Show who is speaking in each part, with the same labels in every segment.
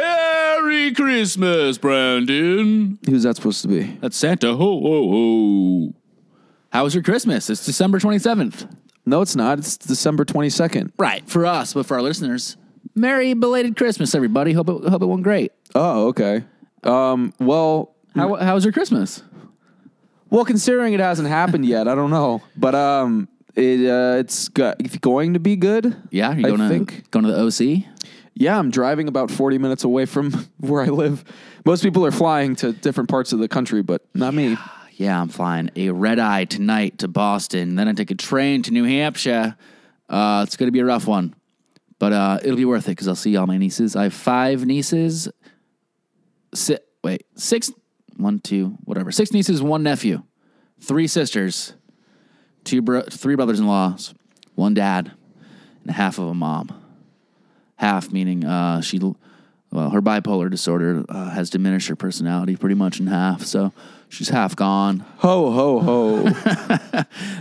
Speaker 1: Merry Christmas, Brandon.
Speaker 2: Who's that supposed to be?
Speaker 1: That's Santa. Ho, ho, ho. How was your Christmas? It's December 27th.
Speaker 2: No, it's not. It's December 22nd.
Speaker 1: Right, for us, but for our listeners, Merry belated Christmas, everybody. Hope it, hope it went great.
Speaker 2: Oh, okay. Um, well,
Speaker 1: How, how was your Christmas?
Speaker 2: well, considering it hasn't happened yet, I don't know. But um, it uh, it's go- it's going to be good.
Speaker 1: Yeah, you
Speaker 2: I
Speaker 1: going to
Speaker 2: think.
Speaker 1: going to the OC?
Speaker 2: Yeah, I'm driving about 40 minutes away from where I live. Most people are flying to different parts of the country, but not me.
Speaker 1: Yeah, I'm flying a red eye tonight to Boston. Then I take a train to New Hampshire. Uh, it's going to be a rough one, but uh, it'll be worth it because I'll see all my nieces. I have five nieces. Si- wait, six, one, two, whatever. Six nieces, one nephew, three sisters, two bro- three brothers in laws, one dad, and half of a mom. Half meaning uh, she, well, her bipolar disorder uh, has diminished her personality pretty much in half. So she's half gone.
Speaker 2: Ho ho ho.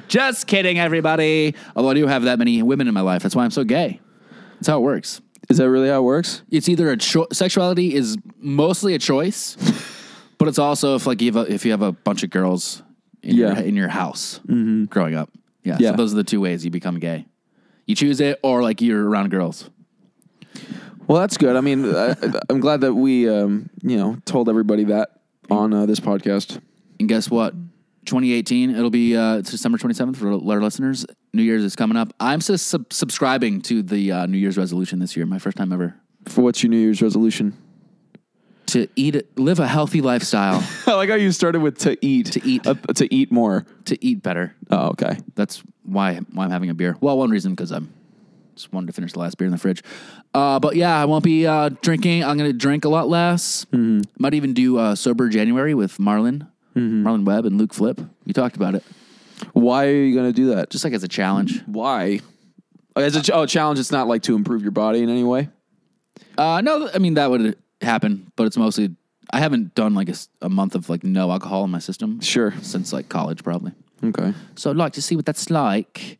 Speaker 1: Just kidding, everybody. Although I do have that many women in my life. That's why I'm so gay. That's how it works.
Speaker 2: Is that really how it works?
Speaker 1: It's either a cho- sexuality is mostly a choice, but it's also if like you have a, if you have a bunch of girls in
Speaker 2: Yeah.
Speaker 1: your in your house growing up. Yeah,
Speaker 2: Yeah.
Speaker 1: So those are the two ways you become gay. You choose it, or like you're around girls.
Speaker 2: Well, that's good. I mean, I, I'm glad that we um, you know, told everybody that on uh, this podcast.
Speaker 1: And guess what? 2018, it'll be uh, it's December 27th for our listeners. New Year's is coming up. I'm sus- sub- subscribing to the uh, New Year's resolution this year. My first time ever
Speaker 2: For what's your New Year's resolution?
Speaker 1: to eat, live a healthy lifestyle,
Speaker 2: I like how you started with to eat. To
Speaker 1: eat.
Speaker 2: to eat more.
Speaker 1: to eat better.
Speaker 2: Oh, okay.
Speaker 1: That's why why I'm having a beer. Well, one reason because I'm just wanted to finish the last beer in the fridge. Uh, but yeah, I won't be uh, drinking. I'm going to drink a lot less. Might even do uh, sober January with Marlon, Marlon Webb, and Luke Flip. We talked about it, Mm-hmm.
Speaker 2: Why are you going to do that? Just
Speaker 1: just like as a challenge.
Speaker 2: why? As a ch- oh, challenge, it's not like to improve your body in any way.
Speaker 1: Uh, no, I mean that would happen, but it's mostly I haven't done like a, s- a month of like no alcohol in my system
Speaker 2: Sure.
Speaker 1: since like college probably.
Speaker 2: Okay.
Speaker 1: So I'd like to see what that's like.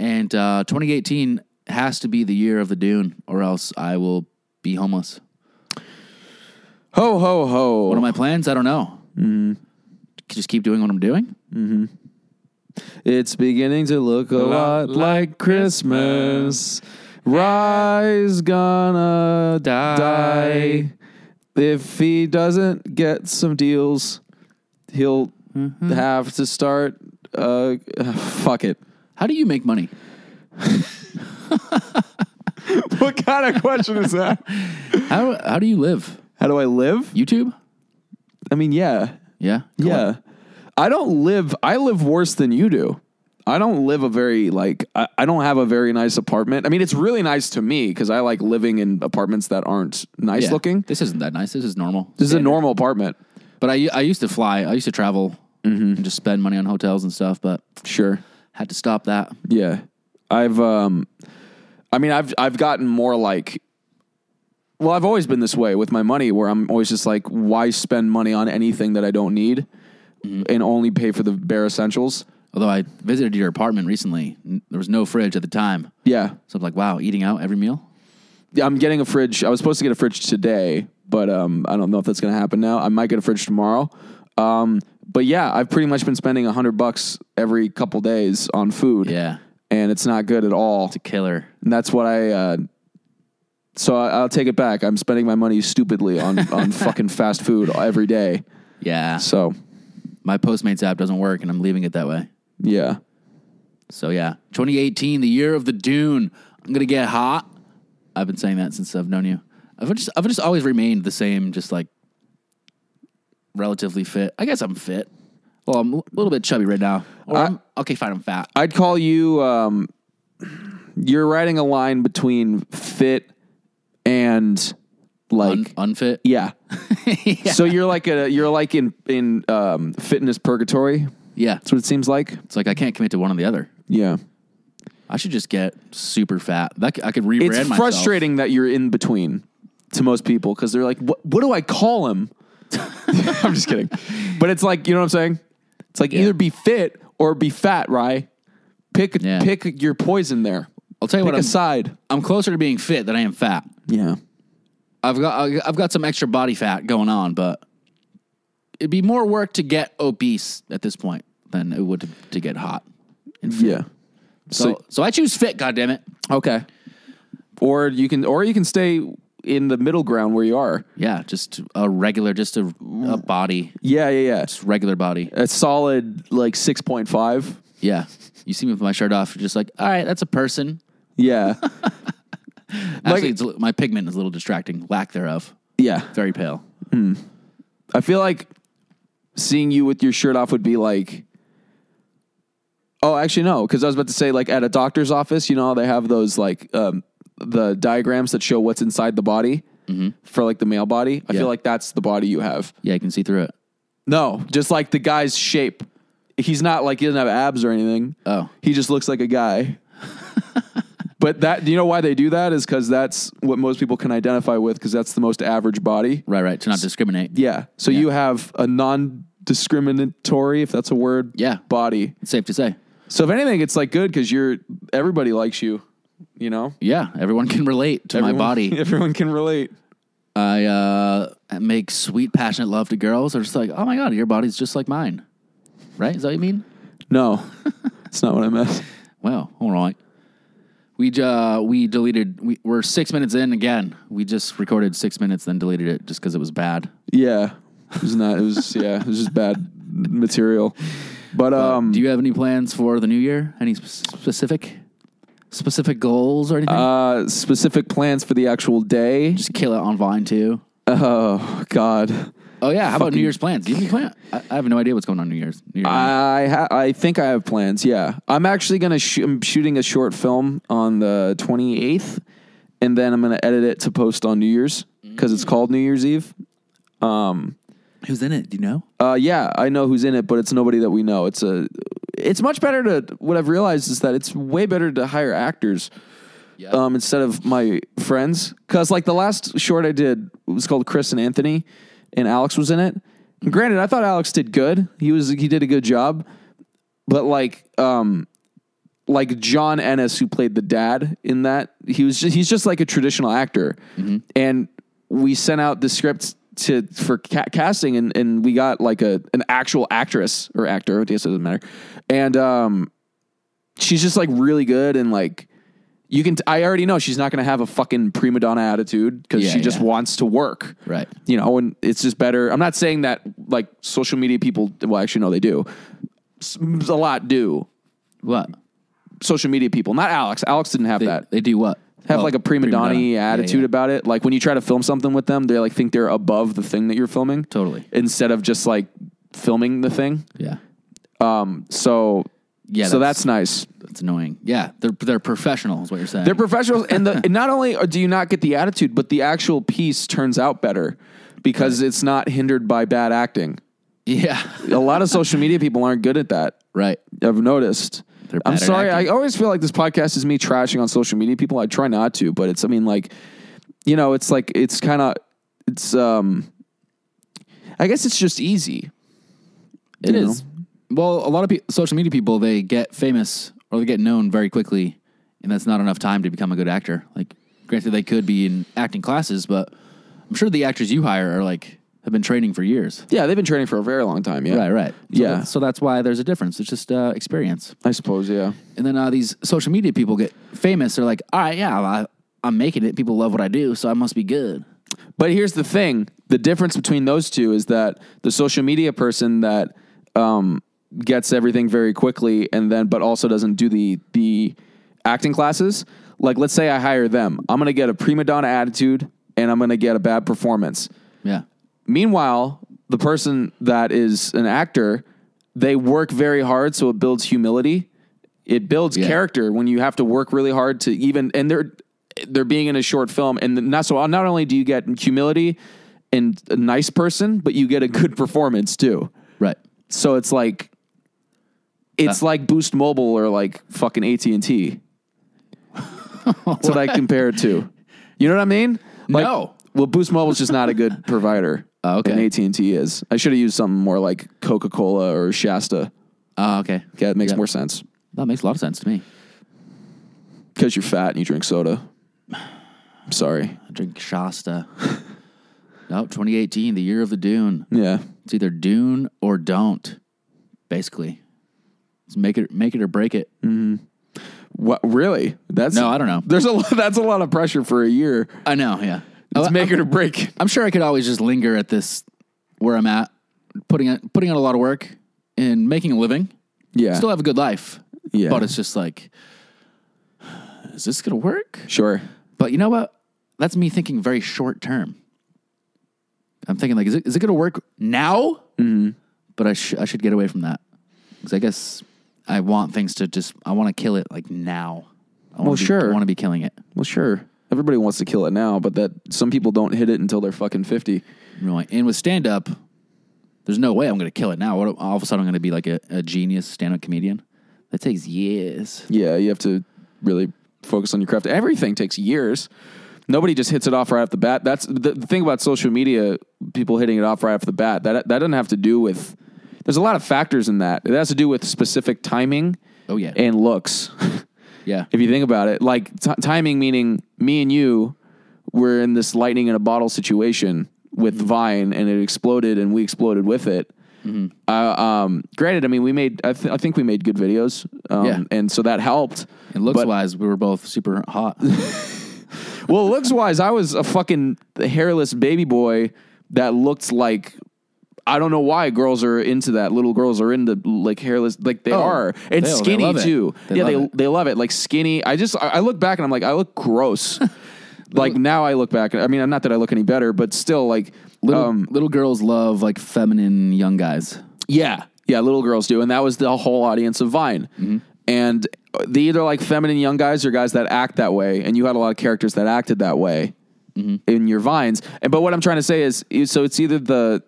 Speaker 1: And uh, 2018 has to be the year of the Dune, or else I will be homeless.
Speaker 2: Ho ho ho.
Speaker 1: What are my plans? I don't know. Mm-hmm. Just keep doing what I'm doing.
Speaker 2: It's beginning to look a lot like Christmas. Rye's gonna die. If he doesn't get some deals, he'll have to start. Uh, fuck it.
Speaker 1: How do you make money?
Speaker 2: What kind of question is that?
Speaker 1: How how do you live?
Speaker 2: How do I live?
Speaker 1: YouTube?
Speaker 2: I mean, yeah,
Speaker 1: Yeah. Go on.
Speaker 2: yeah. I don't live. I live worse than you do. I don't live a very like. I, I don't have a very nice apartment. I mean, it's really nice to me because I like living in apartments that aren't nice
Speaker 1: Yeah.
Speaker 2: looking.
Speaker 1: This isn't that nice. This is normal.
Speaker 2: This is a normal apartment.
Speaker 1: But I I used to fly. I used to travel and just spend money on hotels and stuff. But
Speaker 2: Sure.
Speaker 1: had to stop that.
Speaker 2: Yeah. I've um I mean I've I've gotten more like well, I've always been this way with my money where I'm always just like why spend money on anything that I don't need
Speaker 1: Mm-hmm.
Speaker 2: and only pay for the bare essentials?
Speaker 1: Although I visited your apartment recently, n- there was no fridge at the time.
Speaker 2: Yeah.
Speaker 1: So I'm like, wow, eating out every meal.
Speaker 2: Yeah, I'm getting a fridge. I was supposed to get a fridge today, but um I don't know if that's going to happen now. I might get a fridge tomorrow. Um but yeah, I've pretty much been spending 100 bucks every couple days on food.
Speaker 1: Yeah,
Speaker 2: And it's not good at all.
Speaker 1: it's a killer.
Speaker 2: And that's what I. Uh, so I, I'll take it back. I'm spending my money stupidly on on fucking fast food every day.
Speaker 1: Yeah,
Speaker 2: So
Speaker 1: my Postmates app doesn't work, and I'm leaving it that way.
Speaker 2: yeah,
Speaker 1: So yeah, 2018, the year of the Dune. I'm gonna get hot. I've been saying that since I've known you. I've just I've just always remained the same, just like relatively fit. I guess I'm fit. Well, I'm a little bit chubby right now. Or I'm,
Speaker 2: Uh,
Speaker 1: okay, fine, I'm fat.
Speaker 2: I'd call you. Um, you're riding a line between fit and like
Speaker 1: Un- unfit.
Speaker 2: yeah. So you're like a you're like in in um, fitness purgatory. That's
Speaker 1: Yeah,
Speaker 2: what it seems like.
Speaker 1: it's like I can't commit to one or the other.
Speaker 2: Yeah.
Speaker 1: I should just get super fat. That c- I could rebrand
Speaker 2: It's
Speaker 1: myself.
Speaker 2: frustrating that you're in between to most people because they're like, what, what do I call him? I'm just kidding. But it's like, you know what I'm saying? It's like either be fit or be fat, Rye. Pick
Speaker 1: Yeah.
Speaker 2: pick your poison there.
Speaker 1: I'll tell you
Speaker 2: Pick
Speaker 1: what,
Speaker 2: a
Speaker 1: I'm,
Speaker 2: side.
Speaker 1: I'm closer to being fit than I am fat.
Speaker 2: Yeah.
Speaker 1: I've got I've got some extra body fat going on, but it'd be more work to get obese at this point than it would to, to get hot.
Speaker 2: Yeah.
Speaker 1: So, so I choose fit. God damn it.
Speaker 2: okay. Or you can or you can stay in the middle ground where you are.
Speaker 1: Yeah, just a regular, just a, a body,
Speaker 2: Yeah, yeah, yeah.
Speaker 1: just regular body.
Speaker 2: A solid like six point five.
Speaker 1: Yeah, you see me with my shirt off. You're just like, all right, that's a person.
Speaker 2: Yeah.
Speaker 1: Actually, it's, a li- my pigment is a little distracting. Lack thereof.
Speaker 2: yeah.
Speaker 1: Very pale.
Speaker 2: I feel like seeing you with your shirt off would be like. Oh, actually, no, because I was about to say, like, at a doctor's office, you know, how they have those, like, um, the diagrams that show what's inside the body for, like, the male body. I
Speaker 1: Yeah.
Speaker 2: feel like that's the body you have.
Speaker 1: Yeah, you can see through it.
Speaker 2: No, just like the guy's shape. He's not like, he doesn't have abs or anything.
Speaker 1: Oh.
Speaker 2: He just looks like a guy. but that, you know why they do that? Is because that's what most people can identify with, because that's the most average body.
Speaker 1: Right, right. To not discriminate.
Speaker 2: Yeah. So you have a non discriminatory, if that's a word,
Speaker 1: Yeah.
Speaker 2: body.
Speaker 1: It's safe to say.
Speaker 2: So if anything, it's like good because you're everybody likes you, you know?
Speaker 1: Yeah, everyone can relate to
Speaker 2: Everyone-
Speaker 1: my body.
Speaker 2: Everyone can relate.
Speaker 1: I uh, make sweet, passionate love to girls. They're just like, oh my god, your body's just like mine. Right? Is that what you mean?
Speaker 2: No. That's not what I meant.
Speaker 1: Well, all right. We j- uh, we deleted. We, we're six minutes in again. We just recorded six minutes, then deleted it just because it was bad.
Speaker 2: Yeah. It was not it was yeah, it was just bad material. But um
Speaker 1: Do you have any plans for the new year? Any sp- specific specific goals or anything?
Speaker 2: uh specific plans for the actual day.
Speaker 1: just kill it on Vine too.
Speaker 2: Oh god.
Speaker 1: Oh yeah, how about New Year's plans? Do you have any plan? I, I have no idea what's going on New Year's. New
Speaker 2: Uh,
Speaker 1: Year's.
Speaker 2: I ha- I think I have plans. Yeah, I'm actually gonna shoo- I'm shooting a short film on the 28th, and then I'm gonna edit it to post on New Year's because it's called New Year's Eve.
Speaker 1: Who's in it? Do you know?
Speaker 2: Uh, yeah, I know who's in it, but it's nobody that we know. It's a it's much better to what I've realized is that it's way better to hire actors
Speaker 1: Yeah.
Speaker 2: um, instead of my friends. Because, like, the last short I did was called Chris and Anthony, and Alex was in it. And granted, I thought Alex did good. He was he did a good job, but like, um, like John Ennis, who played the dad in that, he was just, he's just like a traditional actor,
Speaker 1: Mm-hmm.
Speaker 2: and we sent out the script to for ca- casting, and, and we got like a an actual actress or actor. I guess it doesn't matter, and um, she's just like really good and like you can t- I already know she's not going to have a fucking prima donna attitude because
Speaker 1: Yeah,
Speaker 2: she just
Speaker 1: yeah.
Speaker 2: wants to work
Speaker 1: Right.
Speaker 2: you know and it's just better i'm not saying that like social media people well actually no they do S- a lot do
Speaker 1: What?
Speaker 2: social media people not alex alex didn't have that
Speaker 1: They do what?
Speaker 2: have
Speaker 1: Oh,
Speaker 2: like a prima donna
Speaker 1: Yeah, yeah.
Speaker 2: attitude about it like when you try to film something with them they like think they're above the thing that you're filming
Speaker 1: Totally.
Speaker 2: instead of just like filming the thing
Speaker 1: Yeah.
Speaker 2: so
Speaker 1: Yeah.
Speaker 2: so that's nice
Speaker 1: It's annoying. Yeah, they're they're professional. Is what you're saying.
Speaker 2: They're professionals, and, the, and not only do you not get the attitude, but the actual piece turns out better because it's not hindered by bad acting.
Speaker 1: yeah,
Speaker 2: A lot of social media people aren't good at that.
Speaker 1: right.
Speaker 2: I've noticed.
Speaker 1: They're bad
Speaker 2: I'm
Speaker 1: at
Speaker 2: sorry.
Speaker 1: acting.
Speaker 2: I always feel like this podcast is me trashing on social media people. I try not to, but it's. I mean, like, you know, it's like it's kind of it's. um I guess it's just easy.
Speaker 1: It
Speaker 2: You
Speaker 1: is. Well, a lot of pe- social media people they get famous or they get known very quickly, and that's not enough time to become a good actor. Like, granted, they could be in acting classes, but I'm sure the actors you hire are like have been training for years.
Speaker 2: Yeah, they've been training for a very long time. Yeah,
Speaker 1: Right, right. So
Speaker 2: Yeah.
Speaker 1: that's- so that's why there's a difference. It's just uh, experience.
Speaker 2: I suppose. Yeah,
Speaker 1: And then uh, these social media people get famous. They're like, all right, yeah, I, I'm making it. People love what I do, so I must be good.
Speaker 2: But here's the thing: the difference between those two is that the social media person that um, gets everything very quickly, and then but also doesn't do the the acting classes. Like, let's say I hire them, I'm gonna get a prima donna attitude, and I'm gonna get a bad performance.
Speaker 1: Yeah.
Speaker 2: Meanwhile, the person that is an actor, they work very hard, so it builds humility. It builds
Speaker 1: Yeah.
Speaker 2: character when you have to work really hard to even and they're they're being in a short film and not so not only do you get humility and a nice person, but you get a good performance too.
Speaker 1: Right.
Speaker 2: So it's like it's like Boost Mobile or like fucking AT and T. That's what I compare it to. You know what I mean? Like,
Speaker 1: No.
Speaker 2: Well, Boost Mobile's just not a good provider.
Speaker 1: Oh, okay.
Speaker 2: And AT and T is. I should have used something more like Coca Cola or Shasta.
Speaker 1: Oh, okay.
Speaker 2: Okay, it makes
Speaker 1: Yeah.
Speaker 2: more sense
Speaker 1: That makes a lot of sense to me.
Speaker 2: because you're fat and you drink soda. I'm sorry.
Speaker 1: I drink Shasta. No, 2018, the year of the Dune.
Speaker 2: Yeah.
Speaker 1: It's either Dune or don't. Basically, it's make it make it or break it.
Speaker 2: Hmm. What really? That's
Speaker 1: No, I don't know.
Speaker 2: There's a lot, that's a lot of pressure for a year.
Speaker 1: I know. Yeah.
Speaker 2: It's
Speaker 1: Oh,
Speaker 2: make it or break.
Speaker 1: I'm sure I could always just linger at this where I'm at, putting on, putting on a lot of work and making a living.
Speaker 2: Yeah.
Speaker 1: Still have a good life.
Speaker 2: Yeah.
Speaker 1: But it's just like, is this gonna work?
Speaker 2: sure.
Speaker 1: But you know what? That's me thinking very short term. I'm thinking like, is it is it gonna work now? Mm-hmm. But I sh- I should get away from that because I guess I want things to just I want to kill it like now. I wanna
Speaker 2: Well,
Speaker 1: be-
Speaker 2: sure.
Speaker 1: I want to be killing it.
Speaker 2: Well, sure. Everybody wants to kill it now, but that some people don't hit it until they're fucking 50.
Speaker 1: You know, and with stand up, there's no way I'm going to kill it now. What, all of a sudden, I'm going to be like a, a genius stand up comedian. That takes years.
Speaker 2: Yeah, you have to really focus on your craft. Everything takes years. Nobody just hits it off right off the bat. That's the, the thing about social media. People hitting it off right off the bat. That that doesn't have to do with. There's a lot of factors in that. It has to do with specific timing
Speaker 1: Oh yeah,
Speaker 2: and looks.
Speaker 1: yeah,
Speaker 2: if you think about it, like t- timing meaning me and you were in this lightning in a bottle situation with
Speaker 1: Mm-hmm.
Speaker 2: Vine, and it exploded, and we exploded with it. Uh, um, granted, I mean, we made I, th- I think we made good videos, um,
Speaker 1: Yeah.
Speaker 2: and so that helped.
Speaker 1: And looks
Speaker 2: but-
Speaker 1: wise, we were both super hot.
Speaker 2: Um, Well, looks wise, I was a fucking hairless baby boy that looked like I don't know why girls are into that. Little girls are into like hairless, like they
Speaker 1: Oh,
Speaker 2: are, and
Speaker 1: they- they
Speaker 2: skinny
Speaker 1: love it.
Speaker 2: too.
Speaker 1: They
Speaker 2: yeah,
Speaker 1: love
Speaker 2: they
Speaker 1: it.
Speaker 2: they love it. Like skinny. I just I, I look back and I'm like I look gross. like now I look back. I mean, not that I look any better, but still like
Speaker 1: Little,
Speaker 2: um,
Speaker 1: little girls love like feminine young guys.
Speaker 2: yeah, yeah, little girls do, and that was the whole audience of Vine. And they either like feminine young guys or guys that act that way, and you had a lot of characters that acted that way in your vines. And but what I'm trying to say is, is- so it's either the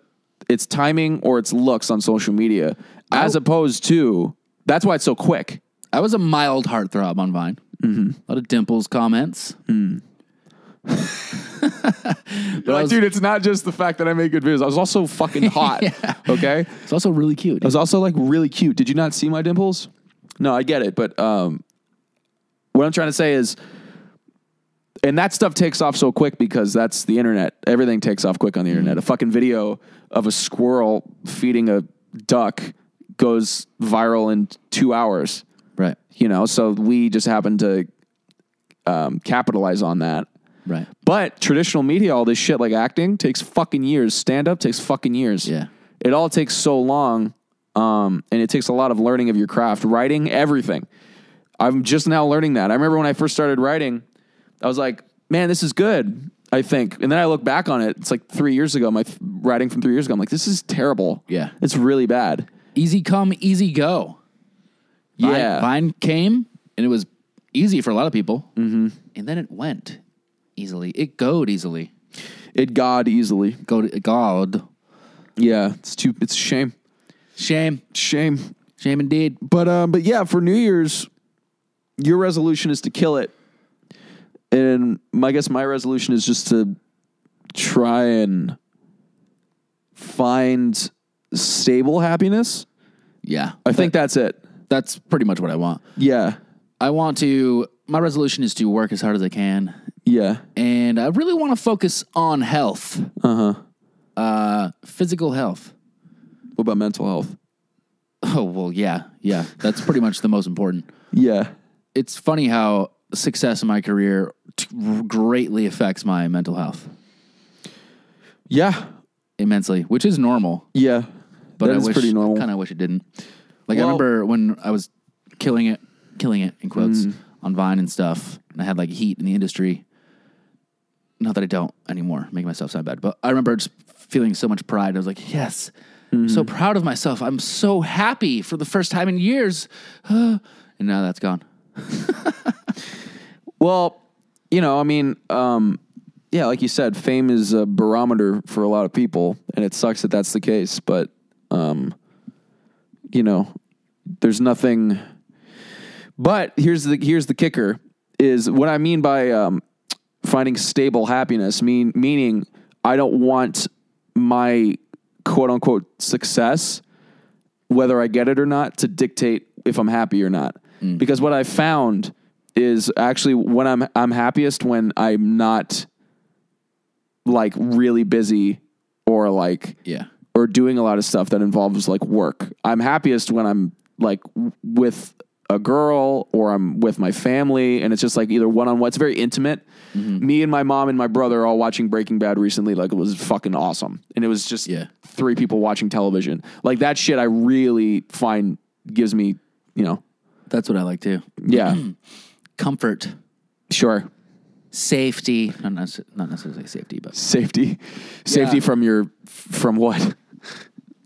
Speaker 2: it's timing or it's looks on social media, as opposed to that's why it's so quick.
Speaker 1: I was a mild heartthrob on Vine. Mm-hmm. A lot of dimples comments. but I was,
Speaker 2: dude, it's not just the fact that I made good videos. I was also fucking hot. Okay,
Speaker 1: it's also really cute.
Speaker 2: I was also like really cute. Did you not see my dimples? No, I get it, but um, what I'm trying to say is, and that stuff takes off so quick because that's the internet. Everything takes off quick on the internet. A fucking video of a squirrel feeding a duck goes viral in two hours.
Speaker 1: right,
Speaker 2: You know, so we just happen to um, capitalize on that.
Speaker 1: right,
Speaker 2: But traditional media, all this shit like acting takes fucking years. Stand up takes fucking years.
Speaker 1: Yeah.
Speaker 2: It all takes so long. Um, and it takes a lot of learning of your craft, writing, everything. I'm just now learning that. I remember when I first started writing, I was like, man, this is good, I think. And then I look back on it, it's like three years ago, my f- writing from three years ago, I'm like, this is terrible.
Speaker 1: Yeah.
Speaker 2: It's really bad.
Speaker 1: easy come, easy go. Vine,
Speaker 2: Yeah.
Speaker 1: Vine came and it was easy for a lot of people. Mm-hmm. And then it went easily. It goed easily.
Speaker 2: It God easily.
Speaker 1: Go to God.
Speaker 2: Yeah. It's too, it's a shame.
Speaker 1: Shame.
Speaker 2: Shame.
Speaker 1: Shame indeed.
Speaker 2: But um, but yeah, for New Year's, your resolution is to kill it, and my I guess my resolution is just to try and find stable happiness.
Speaker 1: Yeah.
Speaker 2: I think that's it.
Speaker 1: that's pretty much what I want.
Speaker 2: Yeah,
Speaker 1: I want to my resolution is to work as hard as I can.
Speaker 2: yeah,
Speaker 1: And I really want to focus on health. Uh-huh. Uh physical health.
Speaker 2: What about mental health?
Speaker 1: Oh well yeah. Yeah. That's pretty much the most important.
Speaker 2: Yeah,
Speaker 1: It's funny how success in my career t- greatly affects my mental health
Speaker 2: yeah,
Speaker 1: immensely, which is normal.
Speaker 2: yeah.
Speaker 1: but
Speaker 2: that
Speaker 1: I
Speaker 2: is
Speaker 1: wish,
Speaker 2: pretty normal.
Speaker 1: Kind of wish it didn't. Like I
Speaker 2: Well-
Speaker 1: remember when I was killing it, killing it in quotes
Speaker 2: Mm.
Speaker 1: on Vine and stuff, and I had like heat in the industry. Not that I don't anymore, making myself sound bad, but I remember just feeling so much pride. I was like, yes, I'm
Speaker 2: Mm-hmm.
Speaker 1: so proud of myself. I'm so happy for the first time in years. and now that's gone.
Speaker 2: Well, you know, I mean, um, yeah, like you said, fame is a barometer for a lot of people, and it sucks that that's the case. But, um, you know, there's nothing. But here's the here's the kicker: is what I mean by um, finding stable happiness. Mean meaning, I don't want my quote unquote success whether I get it or not to dictate if I'm happy or not. Because what I found is actually when I'm I'm happiest when I'm not like really busy or like
Speaker 1: Yeah.
Speaker 2: or doing a lot of stuff that involves like work. I'm happiest when I'm like w- with a girl or I'm with my family and it's just like either one on one. It's very intimate. Me and my mom and my brother all watching Breaking Bad recently. Like it was fucking awesome. And it was just
Speaker 1: Yeah.
Speaker 2: three people watching television. Like that shit I really find gives me, you know,
Speaker 1: That's what I like too.
Speaker 2: yeah,
Speaker 1: Comfort,
Speaker 2: sure.
Speaker 1: safety, not, necess- not necessarily safety, but
Speaker 2: Safety, safety
Speaker 1: Yeah.
Speaker 2: from your, from what?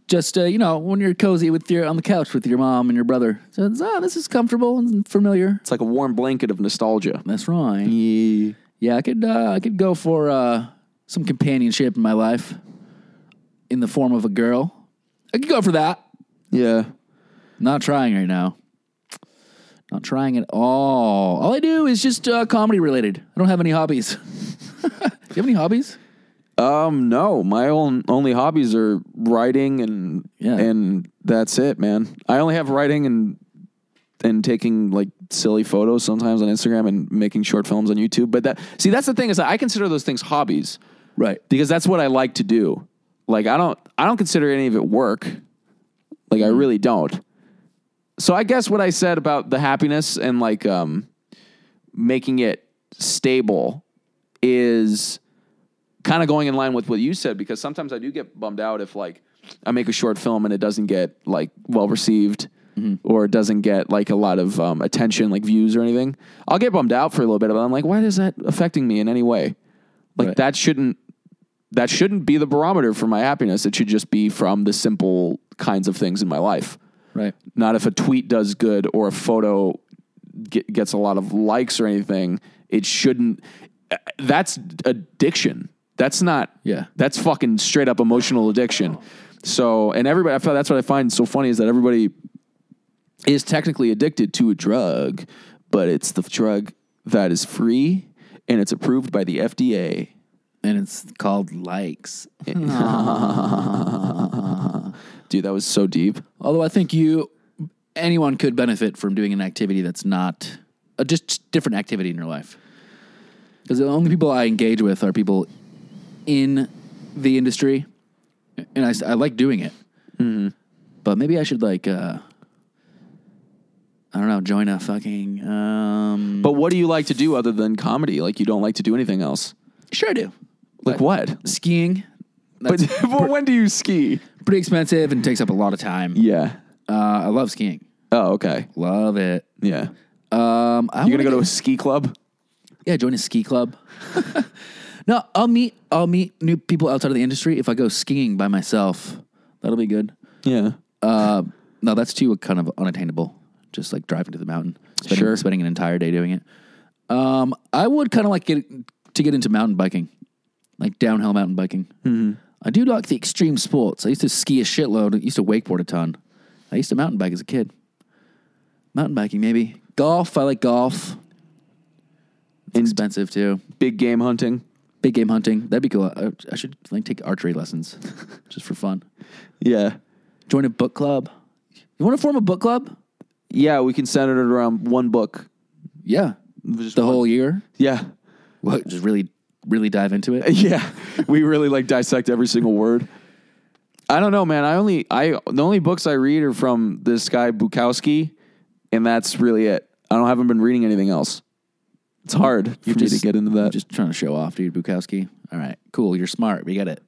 Speaker 1: just uh, you know when you're cozy with your on the couch with your mom and your brother. So it's, oh, this is comfortable and familiar.
Speaker 2: It's like a warm blanket of nostalgia.
Speaker 1: That's right. Yeah, I could uh, I could go for uh, some companionship in my life in the form of a girl. I could go for that.
Speaker 2: Yeah.
Speaker 1: Not trying right now. Not trying at all. All I do is just uh, comedy related. I don't have any hobbies. do you have any hobbies?
Speaker 2: Um, no, my own only hobbies are writing and
Speaker 1: Yeah.
Speaker 2: and that's it, man. I only have writing and and taking like silly photos sometimes on Instagram and making short films on YouTube. But that see, that's the thing is that I consider those things hobbies
Speaker 1: Right.
Speaker 2: because that's what I like to do. Like I don't I don't consider any of it work. Like I really don't. So I guess what I said about the happiness and like um making it stable is kind of going in line with what you said because sometimes I do get bummed out if like I make a short film and it doesn't get like well received or it doesn't get like a lot of um, attention like views or anything. I'll get bummed out for a little bit, but I'm like, why is that affecting me in any way? Like
Speaker 1: Right.
Speaker 2: that shouldn't that shouldn't be the barometer for my happiness. It should just be from the simple kinds of things in my life.
Speaker 1: Right.
Speaker 2: Not if a tweet does good or a photo get, gets a lot of likes or anything. It shouldn't. uh, That's addiction. That's not.
Speaker 1: Yeah.
Speaker 2: That's fucking straight up emotional addiction. So, and everybody, I feel that's what I find so funny is that everybody is technically addicted to a drug, but it's the drug that is free and it's approved by the FDA.
Speaker 1: And it's called likes.
Speaker 2: Dude, that was so deep.
Speaker 1: Although I think you, anyone could benefit from doing an activity that's not a just different activity in your life. Because the only people I engage with are people in the industry, and I, s- I like doing it.
Speaker 2: Mm-hmm.
Speaker 1: But maybe I should like, uh, I don't know, join a fucking. Um,
Speaker 2: But what do you like to do other than comedy? Like you don't like to do anything else.
Speaker 1: sure, I do
Speaker 2: Like what?
Speaker 1: skiing.
Speaker 2: But,
Speaker 1: That's
Speaker 2: but when do you ski?
Speaker 1: pretty expensive and takes up a lot of time.
Speaker 2: Yeah.
Speaker 1: Uh, I love skiing.
Speaker 2: Oh, okay.
Speaker 1: Love it.
Speaker 2: Yeah.
Speaker 1: Um, I
Speaker 2: You're
Speaker 1: wanna
Speaker 2: gonna go to a ski club?
Speaker 1: Yeah, join a ski club. no, I'll meet I'll meet new people outside of the industry if I go skiing by myself. That'll be good.
Speaker 2: Yeah.
Speaker 1: Uh, no, that's too kind of unattainable. Just like driving to the mountain, spending,
Speaker 2: Sure.
Speaker 1: spending an entire day doing it. Um, I would kind of like get to get into mountain biking, like downhill mountain biking.
Speaker 2: Mm-hmm.
Speaker 1: I do like the extreme sports. I used to ski a shitload. I used to wakeboard a ton. I used to mountain bike as a kid. Mountain biking, maybe golf. I like golf. It's
Speaker 2: And-
Speaker 1: expensive too.
Speaker 2: Big game hunting.
Speaker 1: Big game hunting. That'd be cool. I, I should like take archery lessons just for fun.
Speaker 2: Yeah.
Speaker 1: Join a book club. You want to form a book club?
Speaker 2: Yeah, we can center it around one book.
Speaker 1: Yeah.
Speaker 2: Just
Speaker 1: the
Speaker 2: one-
Speaker 1: whole year?
Speaker 2: Yeah.
Speaker 1: What? Just really, really dive into it?
Speaker 2: Yeah. we really like dissect every single word. I don't know, man. I only I the only books I read are from this guy Bukowski, and that's really it. I don't haven't been reading anything else. It's hard for me to get into
Speaker 1: you're
Speaker 2: that.
Speaker 1: Just trying to show off, dude, Bukowski. All right, cool. You're smart. We get it.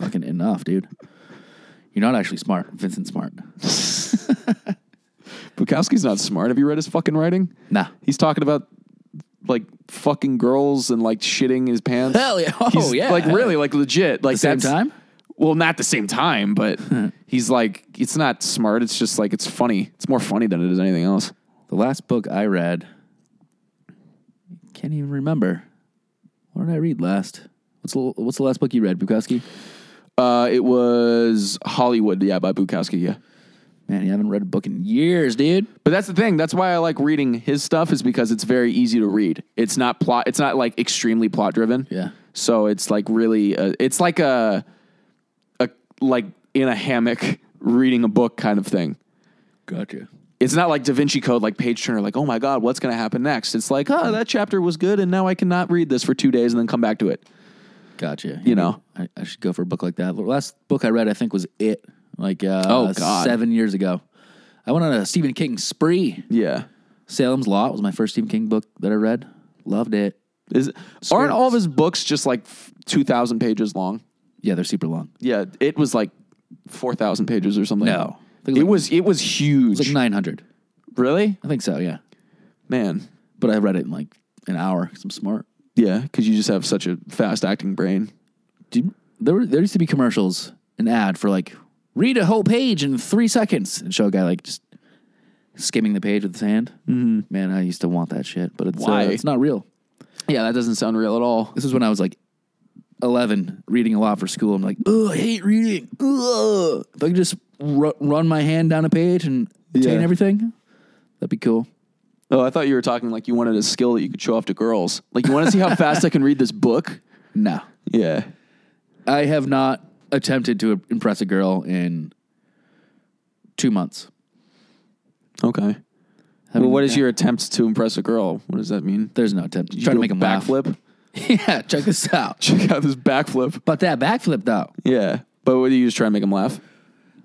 Speaker 1: Fucking enough, dude. You're not actually smart. Vincent Smart.
Speaker 2: Bukowski's not smart. Have you read his fucking writing?
Speaker 1: Nah.
Speaker 2: He's talking about like fucking girls and like shitting his pants.
Speaker 1: Hell yeah. Oh,
Speaker 2: He's,
Speaker 1: yeah.
Speaker 2: Like really, like legit. Like
Speaker 1: Same
Speaker 2: that's-
Speaker 1: time?
Speaker 2: Well, not the same time, but he's like, it's not smart. It's just like it's funny. It's more funny than it is anything else.
Speaker 1: The last book I read, can't even remember. What did I read last? What's the, what's the last book you read, Bukowski?
Speaker 2: Uh, it was Hollywood, yeah, by Bukowski, yeah.
Speaker 1: Man, you haven't read a book in years, dude.
Speaker 2: But that's the thing. That's why I like reading his stuff is because it's very easy to read. It's not plot. It's not like extremely plot driven.
Speaker 1: Yeah.
Speaker 2: So it's like really, uh, it's like a, a like in a hammock reading a book kind of thing.
Speaker 1: Gotcha.
Speaker 2: It's not like Da Vinci Code, like page turner, like oh my god, what's going to happen next? It's like oh that chapter was good, and now I cannot read this for two days and then come back to it.
Speaker 1: Gotcha.
Speaker 2: You know.
Speaker 1: I, I should go for a book like that. The last book I read, I think, was It, like uh,
Speaker 2: Oh, God.
Speaker 1: seven years ago. I went on a Stephen King spree.
Speaker 2: Yeah.
Speaker 1: Salem's Lot was my first Stephen King book that I read. Loved it.
Speaker 2: Is aren't all of his books just like two thousand pages long?
Speaker 1: Yeah, they're super long.
Speaker 2: Yeah, it was like four thousand pages or something.
Speaker 1: No. I
Speaker 2: it
Speaker 1: think it
Speaker 2: was it was huge.
Speaker 1: It's like 900.
Speaker 2: really,
Speaker 1: I think so, yeah.
Speaker 2: man.
Speaker 1: But I read it in like an hour 'cause I'm smart.
Speaker 2: Yeah, because you just have such a fast acting brain.
Speaker 1: Dude, there, were, there used to be commercials, an ad for like, read a whole page in three seconds and show a guy like just skimming the page with his hand. Mm-hmm. Man, I used to want that shit, but it's, uh,
Speaker 2: Why?
Speaker 1: it's not real.
Speaker 2: Yeah, that doesn't sound real at all.
Speaker 1: This is when I was like 11, reading a lot for school. I'm like, oh, I hate reading. Ugh. If I could just ru- run my hand down a page and attain
Speaker 2: Yeah.
Speaker 1: everything, that'd be cool.
Speaker 2: Oh, I thought you were talking like you wanted a skill that you could show off to girls. Like you want to see how fast I can read this book?
Speaker 1: No.
Speaker 2: Yeah.
Speaker 1: I have not attempted to impress a girl in two months.
Speaker 2: Okay. well, what is your attempt to impress a girl? What does that mean?
Speaker 1: There's no attempt.
Speaker 2: You
Speaker 1: Trying to
Speaker 2: do a
Speaker 1: make him laugh.
Speaker 2: backflip.
Speaker 1: Yeah, check this out.
Speaker 2: Check out this backflip.
Speaker 1: But that backflip, though,
Speaker 2: Yeah. But what do you just try and make them laugh?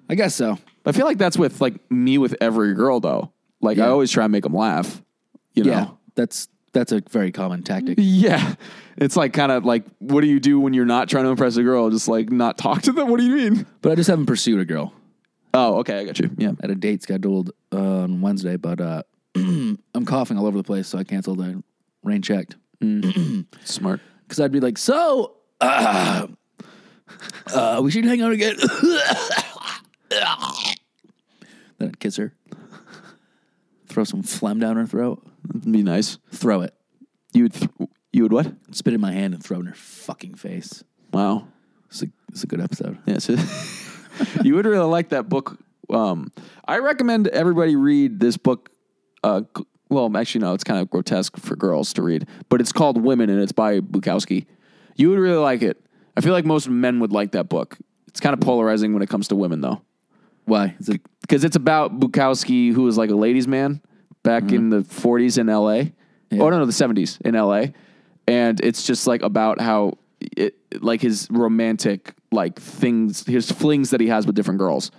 Speaker 1: I guess so.
Speaker 2: I feel like that's with like me with every girl though. Like I
Speaker 1: Yeah.
Speaker 2: always try and make them laugh. You
Speaker 1: Yeah,
Speaker 2: know.
Speaker 1: that's that's a very common tactic.
Speaker 2: Yeah. It's like kind of like what do you do when you're not trying to impress a girl? Just like not talk to them? What do you mean?
Speaker 1: But I just haven't pursued a girl.
Speaker 2: Oh, okay, I got you. Yeah.
Speaker 1: I had a date scheduled uh, on Wednesday, but uh, I'm coughing all over the place, so I canceled. I rain checked
Speaker 2: Smart.
Speaker 1: because I'd be like, "So, uh, uh, we should hang out again." then I'd kiss her, throw some phlegm down her throat,
Speaker 2: That'd be nice.
Speaker 1: throw it,
Speaker 2: You would th- you would what?
Speaker 1: spit in my hand, and throw it in her fucking face.
Speaker 2: Wow.
Speaker 1: It's a, it's a good episode.
Speaker 2: Yeah, so you would really like that book. Um, I recommend everybody read this book. Uh, g- well, actually, no, it's kind of grotesque for girls to read, but it's called Women and it's by Bukowski. You would really like it. I feel like most men would like that book. It's kind of polarizing when it comes to women, though,
Speaker 1: Why? Is it
Speaker 2: because it's about Bukowski, who was like a ladies' man back in the 40s in LA. Oh, no, no, the 70s in LA. And it's just like about how, it, like, his romantic, like, things, his flings that he has with different girls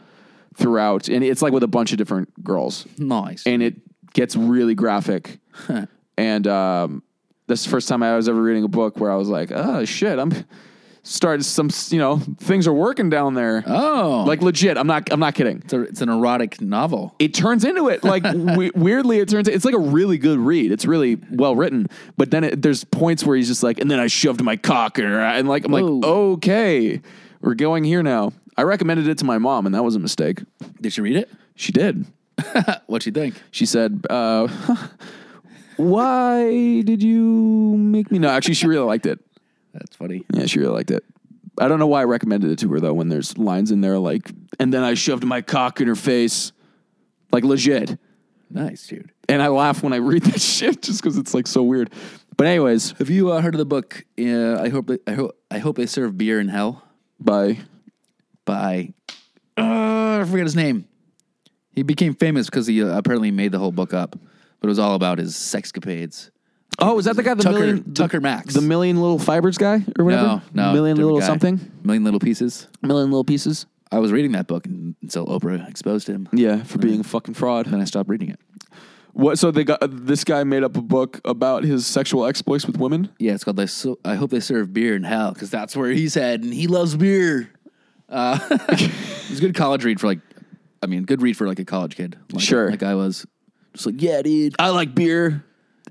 Speaker 2: throughout. And it's like with a bunch of different girls.
Speaker 1: nice?
Speaker 2: And it gets really graphic. and um, that's the first time I was ever reading a book where I was like, oh, shit, I'm starting some, you know, things are working down there.
Speaker 1: oh,
Speaker 2: Like, legit, I'm not, I'm not kidding
Speaker 1: It's, a, it's an erotic novel.
Speaker 2: it turns into it like we- weirdly it turns it's like a really good read it's really well written but then it, there's points where he's just like and then i shoved my cock in her eye," and like i'm
Speaker 1: Whoa.
Speaker 2: like okay we're going here now i recommended it to my mom and that was a mistake
Speaker 1: Did you read it?
Speaker 2: she did
Speaker 1: What'd you think?
Speaker 2: she said uh, why did you make me no actually she really liked it
Speaker 1: That's funny.
Speaker 2: yeah she really liked it i don't know why i recommended it to her though when there's lines in there like and then i shoved my cock in her face like legit
Speaker 1: Nice, dude.
Speaker 2: and I laugh when I read that shit just because it's like so weird. But anyways,
Speaker 1: Have you uh, heard of the book? Uh, I hope they, I hope I hope they serve beer in hell
Speaker 2: bye.
Speaker 1: by uh, I forget his name. He became famous because he uh, apparently made the whole book up, but it was all about his sexcapades.
Speaker 2: Oh, is that the guy the
Speaker 1: Tucker
Speaker 2: million the,
Speaker 1: Tucker Max.
Speaker 2: the million little fibers guy or whatever?
Speaker 1: no, no,
Speaker 2: million
Speaker 1: different
Speaker 2: little
Speaker 1: guy.
Speaker 2: something,
Speaker 1: million little pieces.
Speaker 2: million little pieces.
Speaker 1: I was reading that book and, until Oprah exposed him.
Speaker 2: Yeah, for being a fucking fraud.
Speaker 1: Then I stopped reading it.
Speaker 2: What? So they got this guy made up a book about his sexual exploits with women.
Speaker 1: Yeah, it's called they so- I hope they serve beer in hell because that's where he's headed, and he loves beer. Uh, it's a good college read for like, I mean, good read for like a college kid. Like,
Speaker 2: Sure.
Speaker 1: like I was, just like yeah, dude.
Speaker 2: I like beer.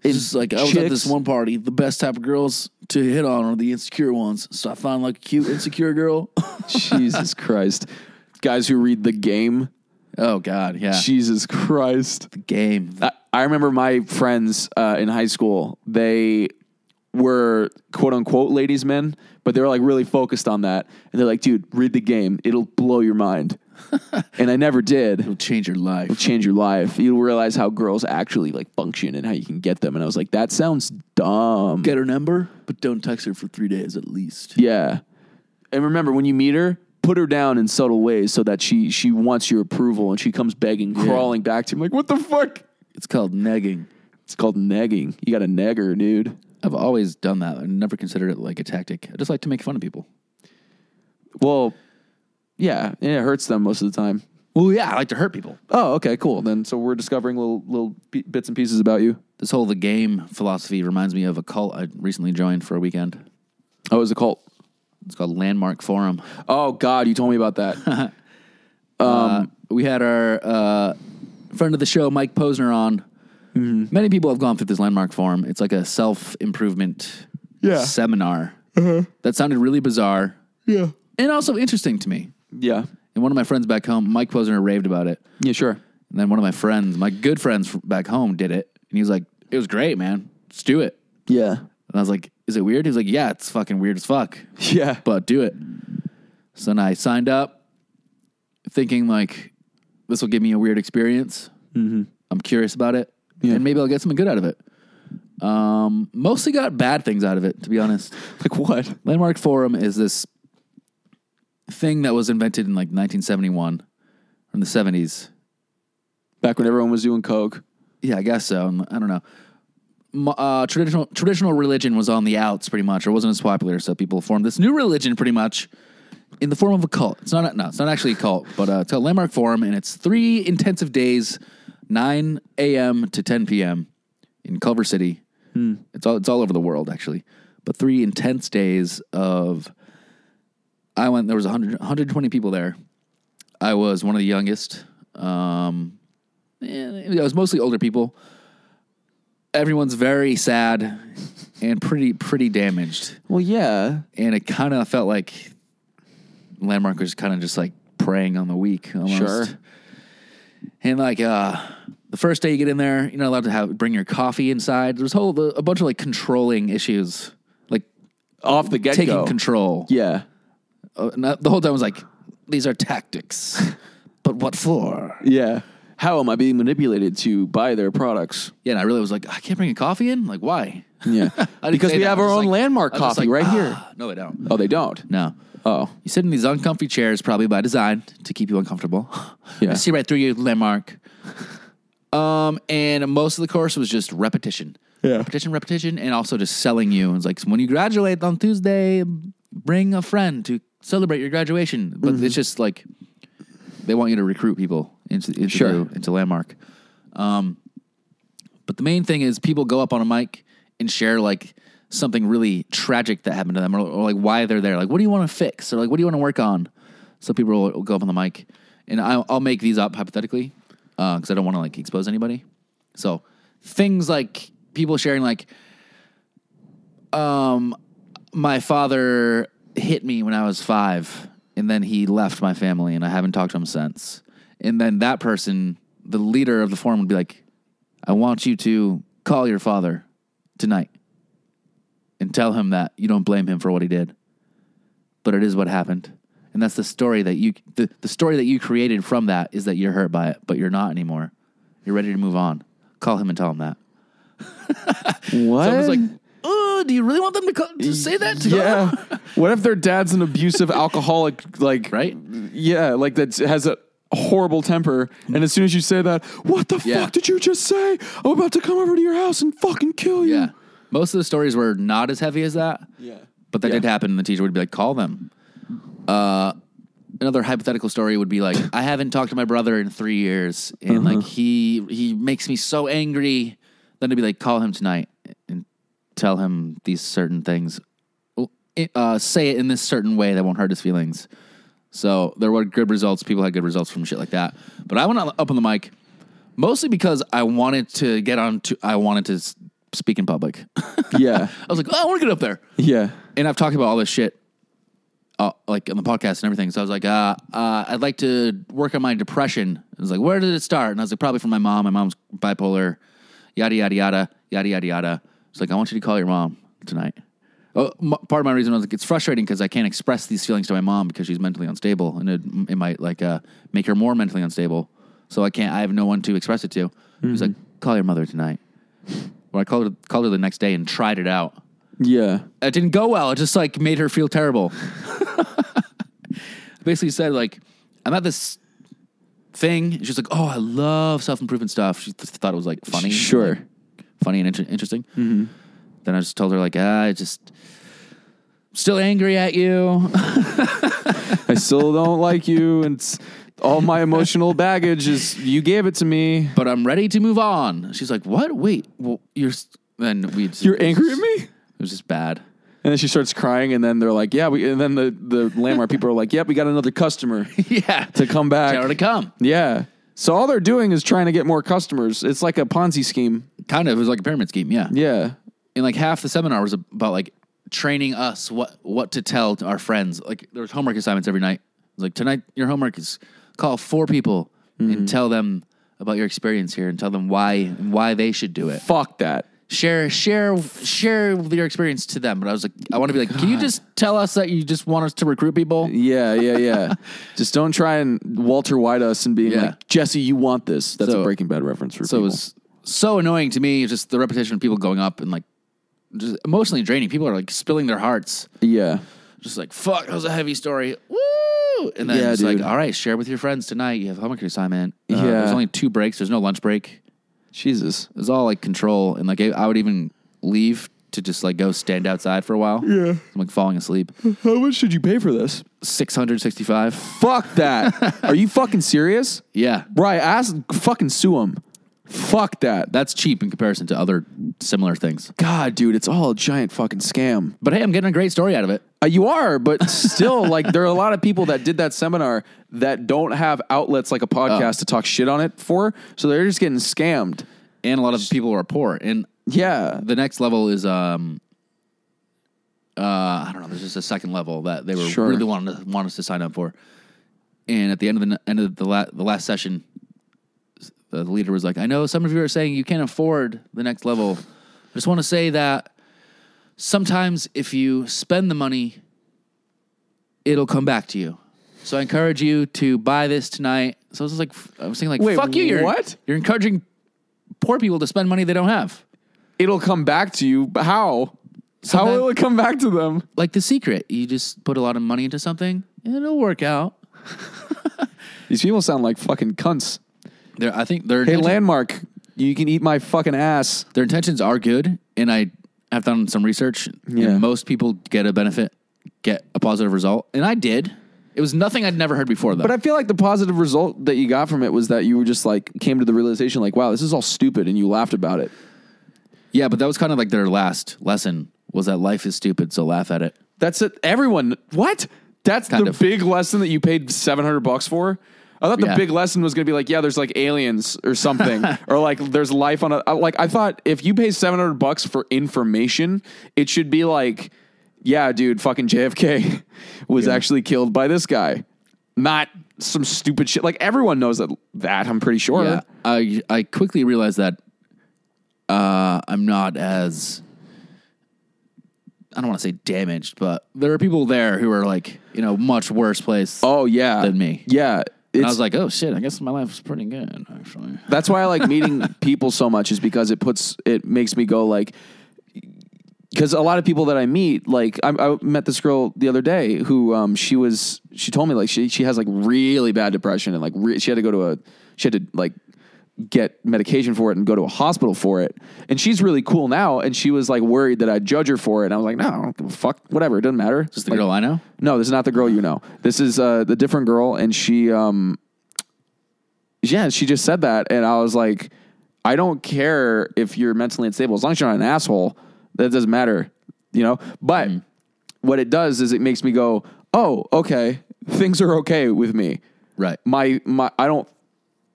Speaker 1: It's just like I was at
Speaker 2: chicks.
Speaker 1: this one party. The best type of girls to hit on are the insecure ones. So I found like a cute insecure girl.
Speaker 2: Jesus Christ, guys who read the game.
Speaker 1: oh God, yeah,
Speaker 2: Jesus Christ.
Speaker 1: the game.
Speaker 2: I, I remember my friends uh, in high school. They were quote unquote ladies men, but they were like really focused on that. And they're like, dude, read the game. It'll blow your mind. and I never did.
Speaker 1: It'll change your life.
Speaker 2: Change your life. You'll realize how girls actually like function and how you can get them. And I was like, that sounds dumb.
Speaker 1: Get her number, but don't text her for three days at least.
Speaker 2: Yeah. And remember, when you meet her, put her down in subtle ways so that she she wants your approval and she comes begging, crawling back to you. I'm like, what the fuck?
Speaker 1: It's called negging.
Speaker 2: It's called negging. You got a negger, dude.
Speaker 1: I've always done that. I never considered it like a tactic. I just like to make fun of people.
Speaker 2: Well, yeah, and it hurts them most of the time.
Speaker 1: Well, yeah, I like to hurt people.
Speaker 2: Oh, okay, cool. Then so we're discovering little little p- bits and pieces about you.
Speaker 1: This whole the game philosophy reminds me of a cult I recently joined for a weekend.
Speaker 2: Oh, it's a cult.
Speaker 1: It's called Landmark Forum.
Speaker 2: Oh God, you told me about that.
Speaker 1: Uh, we had our uh, friend of the show, Mike Posner, on. Many people have gone through this landmark forum. It's like a self improvement
Speaker 2: Yeah.
Speaker 1: seminar. That sounded really bizarre
Speaker 2: yeah.
Speaker 1: and also interesting to me.
Speaker 2: Yeah.
Speaker 1: And one of my friends back home, Mike Posner, raved about it.
Speaker 2: Yeah. Sure.
Speaker 1: And then one of my friends, my good friends from back home, did it. And he was like, it was great, man. Let's do it.
Speaker 2: Yeah.
Speaker 1: And I was like, is it weird? He was like, yeah, it's fucking weird as fuck,
Speaker 2: Yeah.
Speaker 1: but do it. So then I signed up thinking, like, this will give me a weird experience. I'm curious about it.
Speaker 2: Yeah.
Speaker 1: And maybe I'll get something good out of it. Um, mostly got bad things out of it, to be honest.
Speaker 2: like what?
Speaker 1: Landmark Forum is this thing that was invented in like 1971 in the 70s.
Speaker 2: Back when everyone was doing coke.
Speaker 1: Yeah, I guess so. I don't know. M- Uh, traditional traditional religion was on the outs pretty much, or wasn't as popular. So people formed this new religion pretty much in the form of a cult. It's not a, no, it's not actually a cult, but uh, it's a landmark forum, and it's three intensive days, nine a.m. to ten p.m. in Culver City. It's all it's all over the world actually, but three intense days of. I went. There was 100, 120 people there. I was one of the youngest. Um, and it was mostly older people. Everyone's very sad and pretty pretty damaged,
Speaker 2: Well, yeah.
Speaker 1: and it kind of felt like Landmark was kind of just like preying on the weak, almost.
Speaker 2: Sure.
Speaker 1: And like uh, the first day you get in there, you're not allowed to have bring your coffee inside. There's whole a bunch of like controlling issues, like
Speaker 2: Off the get
Speaker 1: taking
Speaker 2: go.
Speaker 1: control.
Speaker 2: yeah.
Speaker 1: Uh, and the whole time I was like, these are tactics, but what for?
Speaker 2: Yeah. How am I being manipulated to buy their products?
Speaker 1: Yeah, and I really was like, I can't bring a coffee in. Like, why?
Speaker 2: Yeah.
Speaker 1: I didn't
Speaker 2: because
Speaker 1: say
Speaker 2: we
Speaker 1: that.
Speaker 2: have
Speaker 1: I
Speaker 2: our
Speaker 1: was
Speaker 2: own
Speaker 1: like-
Speaker 2: landmark
Speaker 1: I was just
Speaker 2: coffee
Speaker 1: like,
Speaker 2: right here.
Speaker 1: "Ah." No, they don't.
Speaker 2: Oh, they don't.
Speaker 1: No.
Speaker 2: Oh.
Speaker 1: You sit in these uncomfy chairs, probably by design, to keep you uncomfortable.
Speaker 2: Yeah.
Speaker 1: I see right through you, landmark. Um, and most of the course was just repetition.
Speaker 2: Yeah.
Speaker 1: Repetition, repetition, and also just selling you. It's like when you graduate on Tuesday, bring a friend to celebrate your graduation. But
Speaker 2: Mm-hmm.
Speaker 1: it's just like they want you to recruit people into into,
Speaker 2: Sure.
Speaker 1: into landmark. Um, but the main thing is people go up on a mic and share like something really tragic that happened to them or, or like why they're there. Like, what do you want to fix? Or like, what do you want to work on? So people will, will go up on the mic and I'll, I'll make these up hypothetically because I don't want to like expose anybody. So things like people sharing like, um, my father hit me when I was five, and then he left my family, and I haven't talked to him since. And then that person, the leader of the forum, would be like, I want you to call your father tonight and tell him that you don't blame him for what he did, but it is what happened. And that's the story that you, the, the story that you created from that is that you're hurt by it, but you're not anymore. You're ready to move on. Call him and tell him that.
Speaker 2: What?
Speaker 1: I was like, oh, do you really want them to, call, to say that? To
Speaker 2: yeah. what if their dad's an abusive alcoholic? Like,
Speaker 1: Right?
Speaker 2: Yeah, like that has a horrible temper. And as soon as you say that, what the
Speaker 1: Yeah.
Speaker 2: fuck did you just say? I'm about to come over to your house and fucking kill you.
Speaker 1: Yeah. Most of the stories were not as heavy as that,
Speaker 2: Yeah.
Speaker 1: but that
Speaker 2: Yeah.
Speaker 1: did happen. And the teacher would be like, call them. Uh, another hypothetical story would be like, I haven't talked to my brother in three years. And like, he, he makes me so angry. Then it'd be like, call him tonight and tell him these certain things. Uh, say it in this certain way that won't hurt his feelings. So there were good results. People had good results from shit like that. But I went on- up on the mic mostly because I wanted to get on to, I wanted to s- speak in public.
Speaker 2: Yeah.
Speaker 1: I was like, oh, I want to get up there.
Speaker 2: yeah.
Speaker 1: And I've talked about all this shit, uh, like on the podcast and everything. So I was like, uh, uh, I'd like to work on my depression. I was like, where did it start? And I was like, probably from my mom. My mom's bipolar, yada, yada, yada, yada, yada, yada. It's like, I want you to call your mom tonight. Oh, m- part of my reason was like, it's frustrating because I can't express these feelings to my mom because she's mentally unstable and it, it might like uh, make her more mentally unstable. So I can't, I have no one to express it to. He was like, call your mother tonight. Well, I called her, called her the next day and tried it out
Speaker 2: Yeah.
Speaker 1: it uh, didn't go well. It just like made her feel terrible. Basically said like, I'm at this thing. She's like, oh, I love self improvement stuff. She th- thought it was like funny,
Speaker 2: Sure. Mm-hmm.
Speaker 1: like, funny and inter- interesting. Then I just told her like, ah, I just still angry at you.
Speaker 2: I still don't like you, and it's, all my emotional baggage is you gave it to me.
Speaker 1: but I'm ready to move on. She's like, what? Wait, well, you're. s- Then we. Just,
Speaker 2: You're angry at me.
Speaker 1: It was just bad.
Speaker 2: And then she starts crying, and then they're like, "Yeah," we, and then the the landmark people are like, "Yep, we got another customer
Speaker 1: yeah.
Speaker 2: to come
Speaker 1: Tell her to
Speaker 2: back."
Speaker 1: come.
Speaker 2: Yeah. So all they're doing is trying to get more customers. It's like a Ponzi scheme.
Speaker 1: Kind of. It was like a pyramid scheme. Yeah.
Speaker 2: Yeah.
Speaker 1: And like half the seminar was about like training us what what to tell to our friends. Like there was homework assignments every night. It was like tonight your homework is call four people and tell them about your experience here and tell them why and why they should do it.
Speaker 2: Fuck that.
Speaker 1: Share share share your experience to them. But I was like, I want to be like, can you just tell us that you just want us to recruit people?
Speaker 2: Yeah, yeah, yeah. Just don't try and Walter White us and being
Speaker 1: Yeah.
Speaker 2: like, Jesse, you want this. That's
Speaker 1: So-
Speaker 2: a Breaking Bad reference for
Speaker 1: So it
Speaker 2: people.
Speaker 1: was so annoying to me. Just the repetition of people going up and like just emotionally draining. People are like spilling their hearts.
Speaker 2: yeah.
Speaker 1: Just like fuck, that was a heavy story. Woo! And then
Speaker 2: Yeah,
Speaker 1: it's like,
Speaker 2: dude.
Speaker 1: all right, share with your friends tonight. You have a homework assignment. Uh,
Speaker 2: Yeah.
Speaker 1: There's only two breaks. There's no lunch break.
Speaker 2: Jesus.
Speaker 1: It was all like control. And like I, I would even leave to just like go stand outside for a while. Yeah. I'm like falling asleep.
Speaker 2: How much should you pay for this?
Speaker 1: Six hundred sixty-five.
Speaker 2: Fuck that. Are you fucking serious?
Speaker 1: Yeah.
Speaker 2: Right. Ask, fucking sue him. Fuck that.
Speaker 1: That's cheap in comparison to other similar things.
Speaker 2: God, dude, it's all a giant fucking scam.
Speaker 1: But hey, I'm getting a great story out of it.
Speaker 2: Uh, you are, but still, like, there are a lot of people that did that seminar that don't have outlets like a podcast to talk shit on it for. So they're just getting scammed.
Speaker 1: And a lot of people are poor. And
Speaker 2: Yeah.
Speaker 1: the next level is um uh I don't know, there's just a second level that they were
Speaker 2: Sure.
Speaker 1: really wanting to want us to sign up for. And at the end of the end of the, la- the last session s- the leader was like, "I know some of you are saying you can't afford the next level. I just want to say that sometimes if you spend the money, it'll come back to you. So I encourage you to buy this tonight." So I was just like I was thinking like,
Speaker 2: Wait,
Speaker 1: "Fuck you, you're
Speaker 2: what?
Speaker 1: you're encouraging poor people to spend money they don't have."
Speaker 2: It'll come back to you, but how? How
Speaker 1: Sometime-
Speaker 2: will it come back to them?
Speaker 1: like the secret. You just put a lot of money into something, and it'll work out.
Speaker 2: These people sound like fucking cunts.
Speaker 1: Their, I think their
Speaker 2: Hey,
Speaker 1: intention-
Speaker 2: Landmark, you can eat my fucking ass.
Speaker 1: their intentions are good, and I have done some research.
Speaker 2: Yeah.
Speaker 1: And most people get a benefit, get a positive result, and I did. It was nothing I'd never heard before, though.
Speaker 2: But I feel like the positive result that you got from it was that you were just like came to the realization like, wow, this is all stupid, and you laughed about it.
Speaker 1: yeah, but that was kind of like their last lesson was that life is stupid, so laugh at it.
Speaker 2: That's it. Everyone, what? That's
Speaker 1: Kind
Speaker 2: the
Speaker 1: of.
Speaker 2: big lesson that you paid seven hundred bucks for. I thought the
Speaker 1: Yeah.
Speaker 2: big lesson was going to be like, yeah, there's like aliens or something, or like there's life on a. uh, Like I thought, if you pay seven hundred bucks for information, it should be like, yeah, dude, fucking JFK was actually killed by this guy, not some stupid shit. Like everyone knows that. That I'm pretty sure.
Speaker 1: Yeah, I I quickly realized that uh, I'm not as I don't want to say damaged, but there are people there who are like in a much worse place.
Speaker 2: Oh yeah,
Speaker 1: Than me.
Speaker 2: Yeah,
Speaker 1: And I
Speaker 2: it's
Speaker 1: was like, oh shit, I guess my life's pretty good, actually.
Speaker 2: That's why I like meeting people so much is because it puts it makes me go like because a lot of people that I meet like I, I met this girl the other day who um she was she told me like she she has like really bad depression and like re- she had to go to a she had to like get medication for it and go to a hospital for it and she's really cool now and she was like worried that I'd judge her for it and I was like no I don't give a fuck whatever it doesn't matter
Speaker 1: Just the girl I know?
Speaker 2: no, this is not the girl you know. This is uh, the different girl, and she, um, yeah, she just said that, and I was like, I don't care if you're mentally unstable, as long as you're not an asshole, that doesn't matter, you know. But what it does is it makes me go, oh, okay, things are okay with me.
Speaker 1: Right.
Speaker 2: My my, I don't,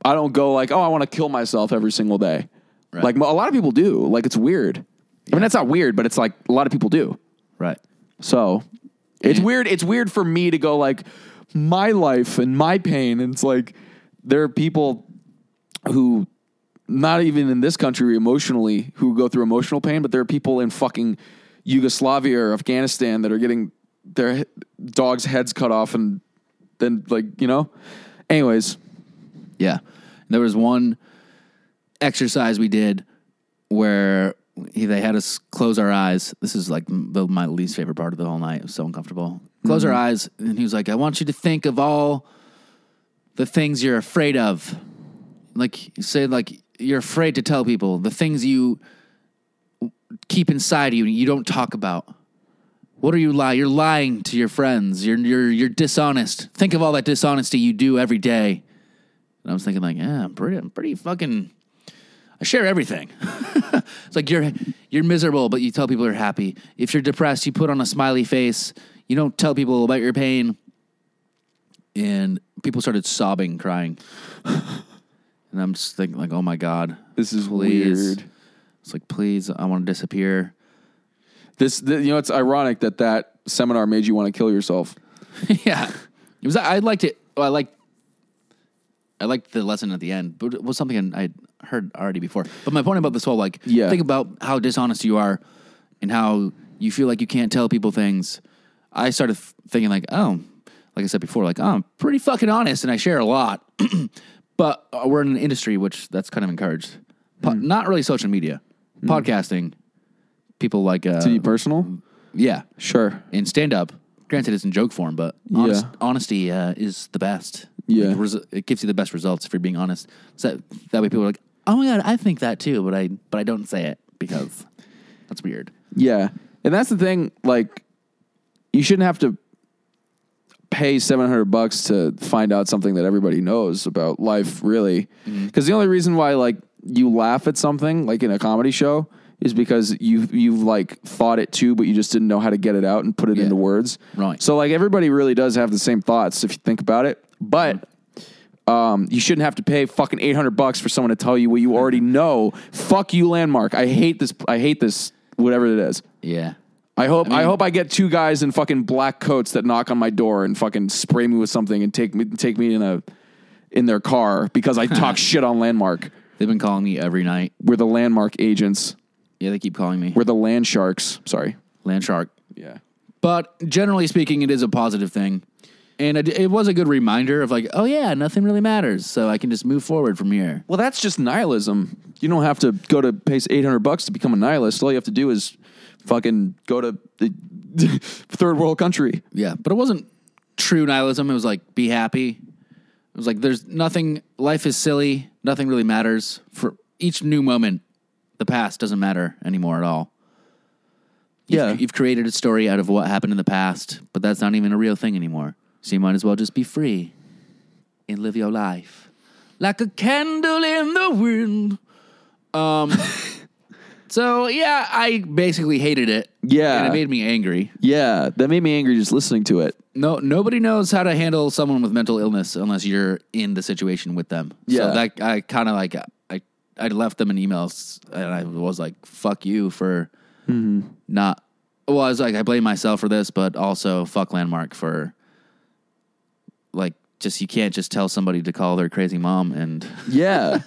Speaker 2: I don't go like, oh, I want to kill myself every single day.
Speaker 1: Right.
Speaker 2: Like a lot of people do. Like it's weird. I mean, that's not weird, but it's like a lot of people do.
Speaker 1: Right.
Speaker 2: So it's weird. It's weird for me to go like my life and my pain. And it's like there are people who, not even in this country, emotionally, who go through emotional pain, but there are people in fucking Yugoslavia or Afghanistan that are getting their he- dogs' heads cut off and then, like, you know? Anyways,
Speaker 1: Yeah. And there was one exercise we did where he, they had us close our eyes. This is like m- the, my least favorite part of the whole night. It was so uncomfortable. Close our eyes. And he was like, I want you to think of all the things you're afraid of. Like, you say, like, you're afraid to tell people the things you keep inside of you and you don't talk about? What are you lying? You're lying to your friends. You're you're you're dishonest. Think of all that dishonesty you do every day. And I was thinking like, yeah, I'm pretty I'm pretty fucking I share everything. it's like you're you're miserable, but you tell people you're happy. If you're depressed, you put on a smiley face. You don't tell people about your pain. And people started sobbing, crying. and I'm just thinking like, oh my god,
Speaker 2: This is
Speaker 1: please.
Speaker 2: weird.
Speaker 1: It's like, please, I want to disappear.
Speaker 2: This, th you know, it's ironic that that seminar made you want to kill yourself.
Speaker 1: yeah, it was. I liked it. Well, I liked. I liked the lesson at the end, but it was something I I heard already before. But my point about this whole like,
Speaker 2: Yeah.
Speaker 1: think about how dishonest you are, and how you feel like you can't tell people things. I started th- thinking like, oh, like I said before, like oh, I'm pretty fucking honest, and I share a lot. but uh, we're in an industry which that's kind of encouraged. Po- Not really social media, podcasting. People like uh,
Speaker 2: To be personal,
Speaker 1: yeah,
Speaker 2: sure.
Speaker 1: in stand up. Granted, it's in joke form, but honest,
Speaker 2: Yeah.
Speaker 1: honesty uh, is the best.
Speaker 2: Yeah.
Speaker 1: Like, resu- it gives you the best results if you're being honest. So that, that way, people are like, "Oh my god, I think that too," but I but I don't say it because that's weird.
Speaker 2: Yeah. And that's the thing, like you shouldn't have to pay 700 bucks to find out something that everybody knows about life really.
Speaker 1: Mm-hmm.
Speaker 2: Cuz the only reason why like you laugh at something like in a comedy show is because you you've like thought it too but you just didn't know how to get it out and put it
Speaker 1: Yeah.
Speaker 2: into words.
Speaker 1: Right.
Speaker 2: So like everybody really does have the same thoughts if you think about it. But
Speaker 1: Mm-hmm.
Speaker 2: um, you shouldn't have to pay fucking 800 bucks for someone to tell you what you already
Speaker 1: Mm-hmm.
Speaker 2: know. Fuck you landmark. I hate this I hate this whatever it is.
Speaker 1: Yeah,
Speaker 2: I hope I,
Speaker 1: mean-
Speaker 2: hope I get two guys in fucking black coats that knock on my door and fucking spray me with something and take me take me in a in their car because I talk shit on Landmark.
Speaker 1: they've been calling me every night.
Speaker 2: We're the Landmark agents.
Speaker 1: Yeah, they keep calling me
Speaker 2: We're the land sharks. Sorry.
Speaker 1: land shark.
Speaker 2: Yeah.
Speaker 1: But generally speaking, it is a positive thing, and it, it was a good reminder of like, oh yeah, nothing really matters, so I can just move forward from here.
Speaker 2: Well, that's just nihilism. You don't have to go to pay 800 bucks to become a nihilist. All you have to do is fucking go to the third world country.
Speaker 1: Yeah, but it wasn't true nihilism. It was like be happy. It was like there's nothing. Life is silly. Nothing really matters. For each new moment, the past doesn't matter anymore at all. You've-
Speaker 2: Yeah.
Speaker 1: you've, created a story out of what happened in the past, but that's not even a real thing anymore. So you might as well just be free and live your life like a candle in the wind. Um. so yeah, I basically hated it.
Speaker 2: Yeah.
Speaker 1: and it made me angry.
Speaker 2: Yeah, that made me angry just listening to it.
Speaker 1: No, nobody knows how to handle someone with mental illness unless you're in the situation with them.
Speaker 2: Yeah.
Speaker 1: So that I kind of like I I left them an email s- and I was like, "Fuck you for
Speaker 2: Mm-hmm.
Speaker 1: not." Well, I was like, I blame myself for this, but also fuck Landmark for like just you can't just tell somebody to call their crazy mom and
Speaker 2: Yeah.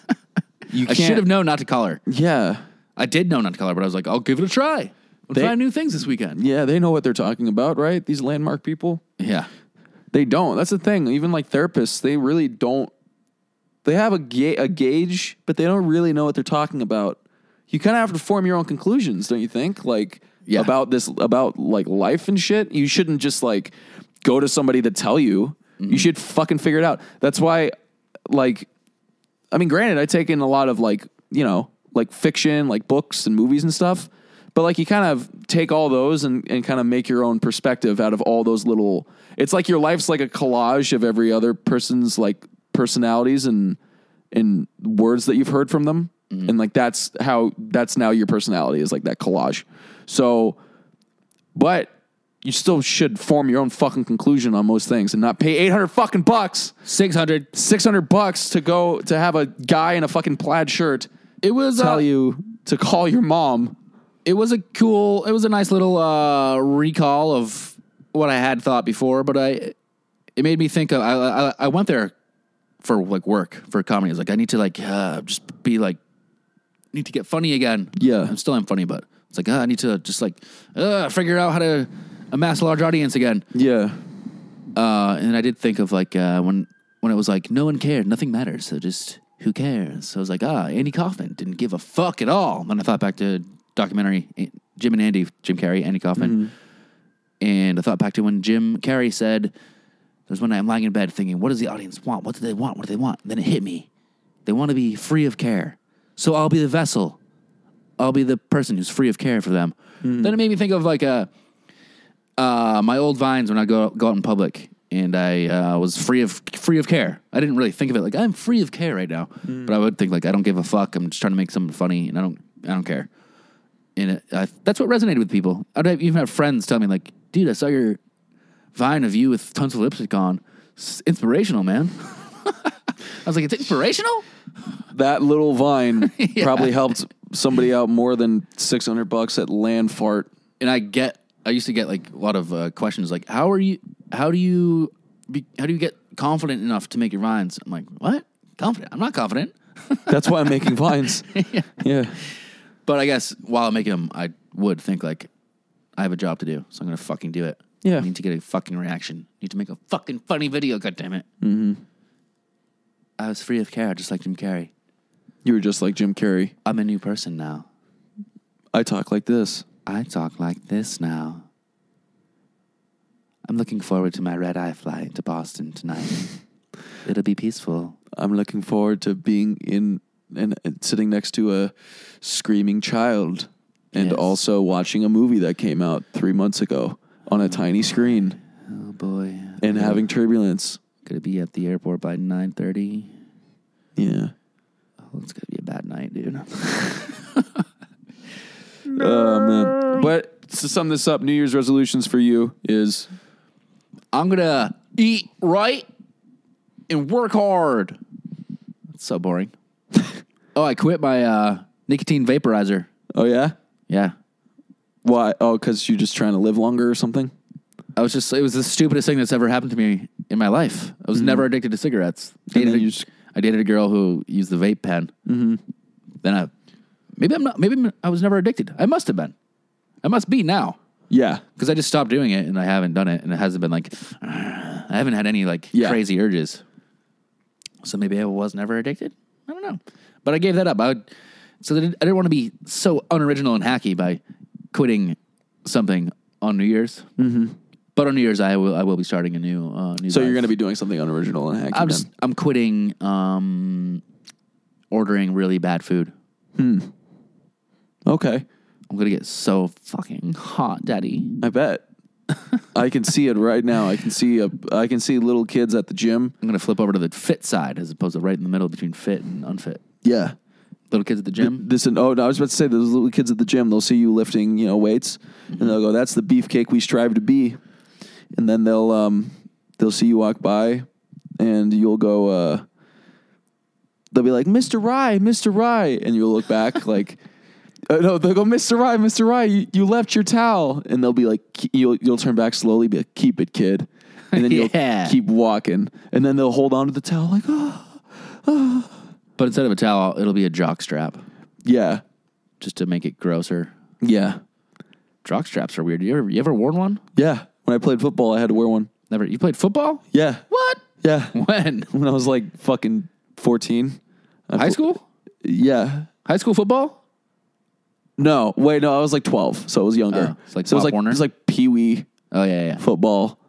Speaker 2: you
Speaker 1: I
Speaker 2: can't.
Speaker 1: should have known not to call her.
Speaker 2: Yeah.
Speaker 1: I did know not to call her, but I was like, I'll give it a try. I'll
Speaker 2: They-
Speaker 1: try new things this weekend.
Speaker 2: Yeah, they know what they're talking about, right? These landmark people.
Speaker 1: Yeah.
Speaker 2: They don't. That's the thing. Even like therapists, they really don't. They have a, ga- a gauge, but they don't really know what they're talking about. You kind of have to form your own conclusions, don't you think? Like
Speaker 1: Yeah.
Speaker 2: about this, about like life and shit. You shouldn't just like go to somebody to tell you. You should fucking figure it out. That's why, like, I mean, granted, I take in a lot of like, you know, like fiction, like books and movies and stuff. But like you kind of take all those and, and kind of make your own perspective out of all those little it's like your life's like a collage of every other person's like personalities and and words that you've heard from them. And like that's how that's now your personality is like that collage. So but you still should form your own fucking conclusion on most things and not pay 800 fucking bucks
Speaker 1: Six hundred.
Speaker 2: six hundred bucks to go to have a guy in a fucking plaid shirt
Speaker 1: It was
Speaker 2: tell
Speaker 1: uh,
Speaker 2: you to call your mom.
Speaker 1: it was a cool it was a nice little uh recall of what i had thought before but i it made me think of i i, I went there for like work for comedy i was like i need to like uh, just be like need to get funny again
Speaker 2: Yeah.
Speaker 1: i'm still am funny but it's like uh, i need to just like uh, figure out how to amass a large audience again
Speaker 2: Yeah,
Speaker 1: uh, and I did think of like uh, when when it was like no one cared, nothing matters, so just who cares? So I was like, ah, Andy Kaufman didn't give a fuck at all. Then I thought back to documentary A- Jim and Andy, Jim Carrey, Andy Kaufman, and I thought back to when Jim Carrey said, "There's one night I'm lying in bed thinking, what does the audience want? What do they want? What do they want?" And then it hit me, they want to be free of care, so I'll be the vessel I'll be the person who's free of care for them. Then it made me think of like a uh, my old vines when I go go out in public and I uh, was free of free of care. I didn't really think of it like I'm free of care right now, but I would think like I don't give a fuck. I'm just trying to make something funny, and I don't I don't care. And it, I, that's what resonated with people. I'd have- even have friends tell me like, "Dude, I saw your vine of you with tons of lipstick on. It's inspirational, man." I was like, "It's inspirational."
Speaker 2: That little vine
Speaker 1: Yeah.
Speaker 2: probably helped somebody out more than 600 bucks at land fart.
Speaker 1: and I get I used to get like a lot of uh, questions like how are you how do you be, how do you get confident enough to make your vines? I'm like, "What? Confident? I'm not confident."
Speaker 2: That's why I'm making vines. yeah.
Speaker 1: But I guess while I'm making them, I would think like I have a job to do, so I'm going to fucking do it.
Speaker 2: Yeah.
Speaker 1: I need to get a fucking reaction. need to make a fucking funny video, goddammit. Mhm. I was free of care just like Jim Carrey.
Speaker 2: You were just like Jim Carrey.
Speaker 1: I'm a new person now.
Speaker 2: I talk like this.
Speaker 1: I talk like this now. I'm looking forward to my red eye flight to Boston tonight. It'll be peaceful.
Speaker 2: I'm looking forward to being in and and sitting next to a screaming child and
Speaker 1: Yes.
Speaker 2: also watching a movie that came out three months ago on a tiny screen
Speaker 1: Oh boy.
Speaker 2: and having turbulence.
Speaker 1: Gonna be at the airport by 9.30.
Speaker 2: Yeah.
Speaker 1: Oh, it's gonna be a bad night, dude.
Speaker 2: Oh, man. But to sum this up, New Year's resolutions for you is
Speaker 1: I'm gonna eat right and work hard. That's so boring. oh, I quit my uh, nicotine vaporizer.
Speaker 2: oh yeah,
Speaker 1: Yeah.
Speaker 2: why? Oh, because you're just trying to live longer or something.
Speaker 1: I was just, it was the stupidest thing that's ever happened to me in my life. I was never addicted to cigarettes.
Speaker 2: Mm-hmm. And
Speaker 1: Dated
Speaker 2: then
Speaker 1: a-
Speaker 2: you just-
Speaker 1: I dated a girl who used the vape pen. Mm-hmm. Then I, maybe I'm not, maybe I'm- I was never addicted. I must have been. I must be now
Speaker 2: Yeah,
Speaker 1: because I just stopped doing it and I haven't done it and it hasn't been like, I haven't had any like
Speaker 2: Yeah.
Speaker 1: crazy urges. So maybe I was never addicted. I don't know. But I gave that up. I would, so that I didn't want to be so unoriginal and hacky by quitting something on New Year's. Mm-hmm. But on New Year's, I will I will be starting a new uh, new.
Speaker 2: so you're
Speaker 1: life.
Speaker 2: gonna be doing something unoriginal and hacky.
Speaker 1: I'm just I'm quitting um, ordering really bad food.
Speaker 2: then. okay.
Speaker 1: I'm gonna get so fucking hot, daddy.
Speaker 2: I bet. I can see it right now. I can see a. I can see little kids at the gym.
Speaker 1: I'm gonna flip over to the fit side as opposed to right in the middle between fit and unfit.
Speaker 2: Yeah.
Speaker 1: Little kids at the gym.
Speaker 2: This and oh no, I was about to say those little kids at the gym. They'll see you lifting, you know, weights, and they'll go, "That's the beefcake we strive to be," and then they'll um they'll see you walk by, and you'll go. uh They'll be like, "Mr. Rye, Mr. Rye," and you'll look back like. Uh, no, they'll go, Mr. Rye, Mr. Rye, you, you left your towel, and they'll be like, "Ke- you'll you'll turn back slowly, be like, keep it, kid, and then
Speaker 1: Yeah.
Speaker 2: you'll keep walking, and then they'll hold on to the towel like, oh,
Speaker 1: But instead of a towel, it'll be a jock strap
Speaker 2: yeah,
Speaker 1: just to make it grosser.
Speaker 2: yeah,
Speaker 1: Jock straps are weird. You ever you ever worn one?
Speaker 2: yeah. When I played football, I had to wear one.
Speaker 1: Never. You played football?
Speaker 2: Yeah.
Speaker 1: What?
Speaker 2: Yeah.
Speaker 1: When?
Speaker 2: When I was like fucking 14. I
Speaker 1: High
Speaker 2: pl-
Speaker 1: school?
Speaker 2: Yeah.
Speaker 1: High school football?
Speaker 2: No, wait, no, I was like 12, so I was younger.
Speaker 1: Oh, it's like
Speaker 2: so it was
Speaker 1: Pop
Speaker 2: like
Speaker 1: Warner?
Speaker 2: it was like peewee
Speaker 1: Oh yeah, yeah.
Speaker 2: football.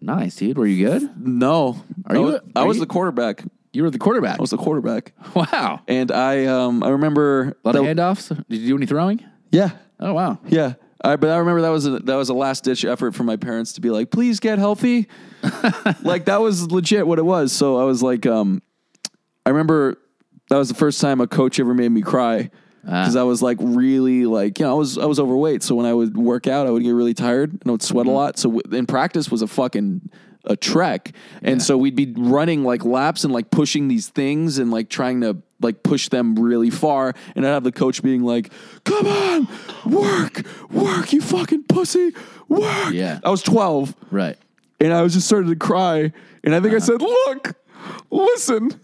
Speaker 1: Nice, dude. Were you good?
Speaker 2: No.
Speaker 1: Are
Speaker 2: I
Speaker 1: you
Speaker 2: was,
Speaker 1: a-
Speaker 2: I
Speaker 1: are
Speaker 2: was
Speaker 1: you-
Speaker 2: the quarterback. I
Speaker 1: You were the quarterback.
Speaker 2: was the quarterback.
Speaker 1: Wow.
Speaker 2: And I um I remember
Speaker 1: A lot
Speaker 2: that-
Speaker 1: of handoffs. Did you do any throwing?
Speaker 2: Yeah.
Speaker 1: Oh wow.
Speaker 2: Yeah. I, but I remember that was a, that was a last ditch effort for my parents to be like, please get healthy. like that was legit what it was. So I was like, um, I remember that was the first time a coach ever made me cry because I was like really like you know I was I was overweight. So when I would work out, I would get really tired and I would sweat a lot. So w- in practice was a fucking a trek, and so we'd be running like laps and like pushing these things and like trying to like push them really far. And I'd have the coach being like, "Come on, work, work, you fucking pussy, work."
Speaker 1: Yeah.
Speaker 2: I was twelve
Speaker 1: Right.
Speaker 2: and I was just started to cry. And I think I said, "Look, listen,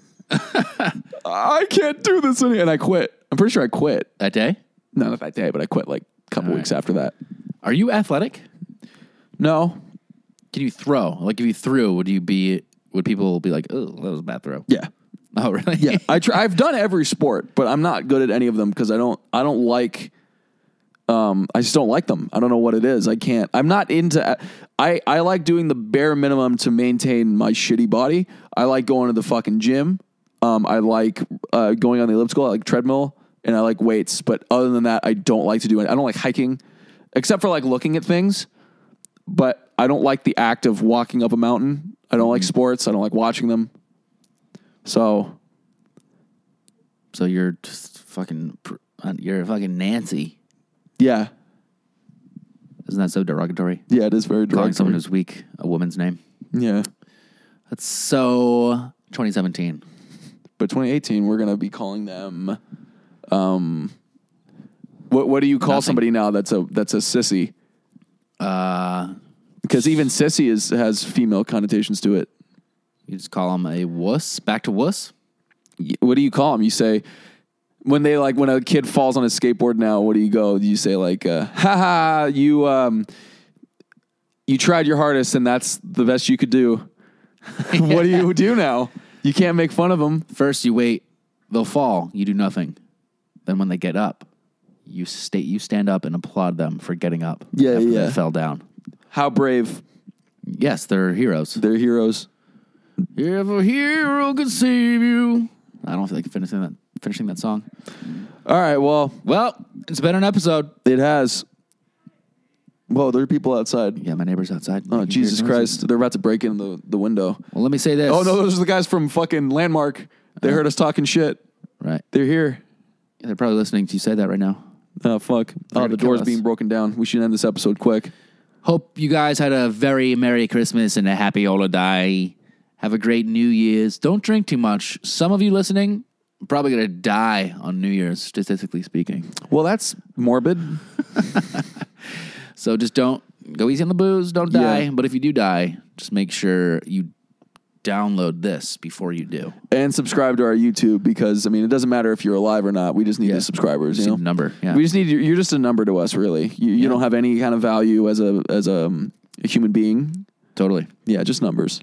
Speaker 2: I can't do this anymore." And I quit. I'm pretty sure I quit.
Speaker 1: That day?
Speaker 2: No, not that day, but I quit like a couple
Speaker 1: All
Speaker 2: weeks after that.
Speaker 1: Are you athletic?
Speaker 2: No.
Speaker 1: Can you throw? Like if you threw, would you be? Would people be like, "Oh, that was a bad throw"?
Speaker 2: Yeah.
Speaker 1: Oh, really?
Speaker 2: Yeah. I tr- I've done every sport, but I'm not good at any of them because I don't. I don't like. Um, I just don't like them. I don't know what it is. I can't. I'm not into. uh, I I like doing the bare minimum to maintain my shitty body. I like going to the fucking gym. Um, I like uh, going on the elliptical. I like treadmill. and I like weights, but other than that, I don't like to do it. I don't like hiking, except for like looking at things. But I don't like the act of walking up a mountain. I don't like sports. I don't like watching them. So
Speaker 1: So you're just fucking, pr- uh, you're a fucking Nancy.
Speaker 2: yeah,
Speaker 1: Isn't that so derogatory?
Speaker 2: yeah, it is very
Speaker 1: Calling someone
Speaker 2: derogatory.
Speaker 1: who's weak a woman's name.
Speaker 2: Yeah,
Speaker 1: That's so 2017.
Speaker 2: but 2018, we're gonna be calling them. Um, what what do you call
Speaker 1: Nothing.
Speaker 2: somebody now? That's a that's a sissy.
Speaker 1: Uh,
Speaker 2: Because even sissy is has female connotations to it.
Speaker 1: you just call him a wuss. Back to wuss.
Speaker 2: y- what do you call them? You say when they like when a kid falls on a skateboard now, what do you go? You say like, uh, "Ha ha, you um, you tried your hardest, and that's the best you could do." what do you do now? You can't make fun of them.
Speaker 1: First, you wait. They'll fall. You do nothing. Then, when they get up, you stay. You stand up and applaud them for getting up.
Speaker 2: Yeah,
Speaker 1: after
Speaker 2: yeah.
Speaker 1: They fell down.
Speaker 2: How brave!
Speaker 1: Yes, they're heroes.
Speaker 2: They're heroes.
Speaker 1: If a hero could save you, I don't feel like finishing that. Finishing that song.
Speaker 2: All right. Well,
Speaker 1: Well, it's been an episode.
Speaker 2: it has. Whoa, there are people outside.
Speaker 1: Yeah, my neighbor's outside.
Speaker 2: Oh,
Speaker 1: making
Speaker 2: Jesus
Speaker 1: weird noises.
Speaker 2: Christ! They're about to break in the, the window.
Speaker 1: Well, let me say this.
Speaker 2: Oh no, those are the guys from fucking Landmark. They heard us talking shit.
Speaker 1: Right.
Speaker 2: Uh-huh. They're here.
Speaker 1: They're probably listening to you say that right now.
Speaker 2: Oh fuck! Oh,
Speaker 1: gonna
Speaker 2: the
Speaker 1: kill
Speaker 2: door's
Speaker 1: us.
Speaker 2: being broken down. We should end this episode quick.
Speaker 1: Hope you guys had a very Merry Christmas and a happy holiday. Have a great New Year's. Don't drink too much. Some of you listening probably going to die on New Year's, statistically speaking.
Speaker 2: Well, that's morbid.
Speaker 1: So just don't go easy on the booze. Don't die.
Speaker 2: Yeah.
Speaker 1: But if you do die, just make sure you download this before you do.
Speaker 2: And subscribe to our YouTube because I mean, it doesn't matter if you're alive or not. We just need the subscribers. You
Speaker 1: Just
Speaker 2: know,
Speaker 1: need a number, yeah.
Speaker 2: We just need you're just a number to us, really. You, you don't have any kind of value as a as a, um, a human being.
Speaker 1: Totally.
Speaker 2: Yeah, just numbers.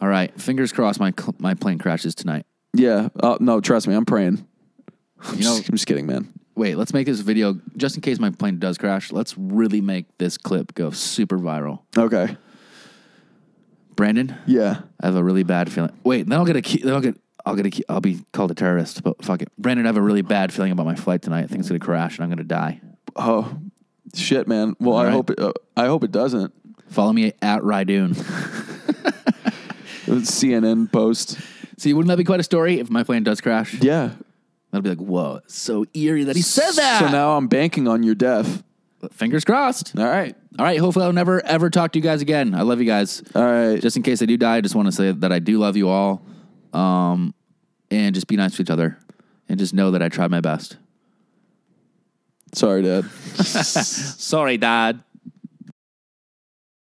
Speaker 1: All right. Fingers crossed my cl- my plane crashes tonight.
Speaker 2: Yeah. Uh, no, trust me, I'm praying. I'm,
Speaker 1: You know-
Speaker 2: just, I'm just kidding, man.
Speaker 1: Wait, let's make this video just in case my plane does crash. Let's really make this clip go super viral.
Speaker 2: Okay.
Speaker 1: Brandon,
Speaker 2: Yeah.
Speaker 1: I have a really bad feeling. Wait, then I'll get a key. Then I'll get. I'll get a key. I'll be called a terrorist. But fuck it, Brandon. I have a really bad feeling about my flight tonight. I think it's gonna crash and I'm gonna die.
Speaker 2: Oh, shit, man. Well, I
Speaker 1: right.
Speaker 2: hope it. Uh, I hope it doesn't.
Speaker 1: Follow me at Rydoon.
Speaker 2: CNN post.
Speaker 1: See, wouldn't that be quite a story if my plane does crash?
Speaker 2: Yeah.
Speaker 1: That'll be like, whoa, it's so eerie that he said that.
Speaker 2: So now I'm banking on your death.
Speaker 1: fingers crossed.
Speaker 2: All right.
Speaker 1: All right, hopefully I'll never ever talk to you guys again. I love you guys.
Speaker 2: All right.
Speaker 1: Just in case I do die, I just want to say that I do love you all, um, and just be nice to each other, and just know that I tried my best.
Speaker 2: Sorry, Dad.
Speaker 1: Sorry, Dad.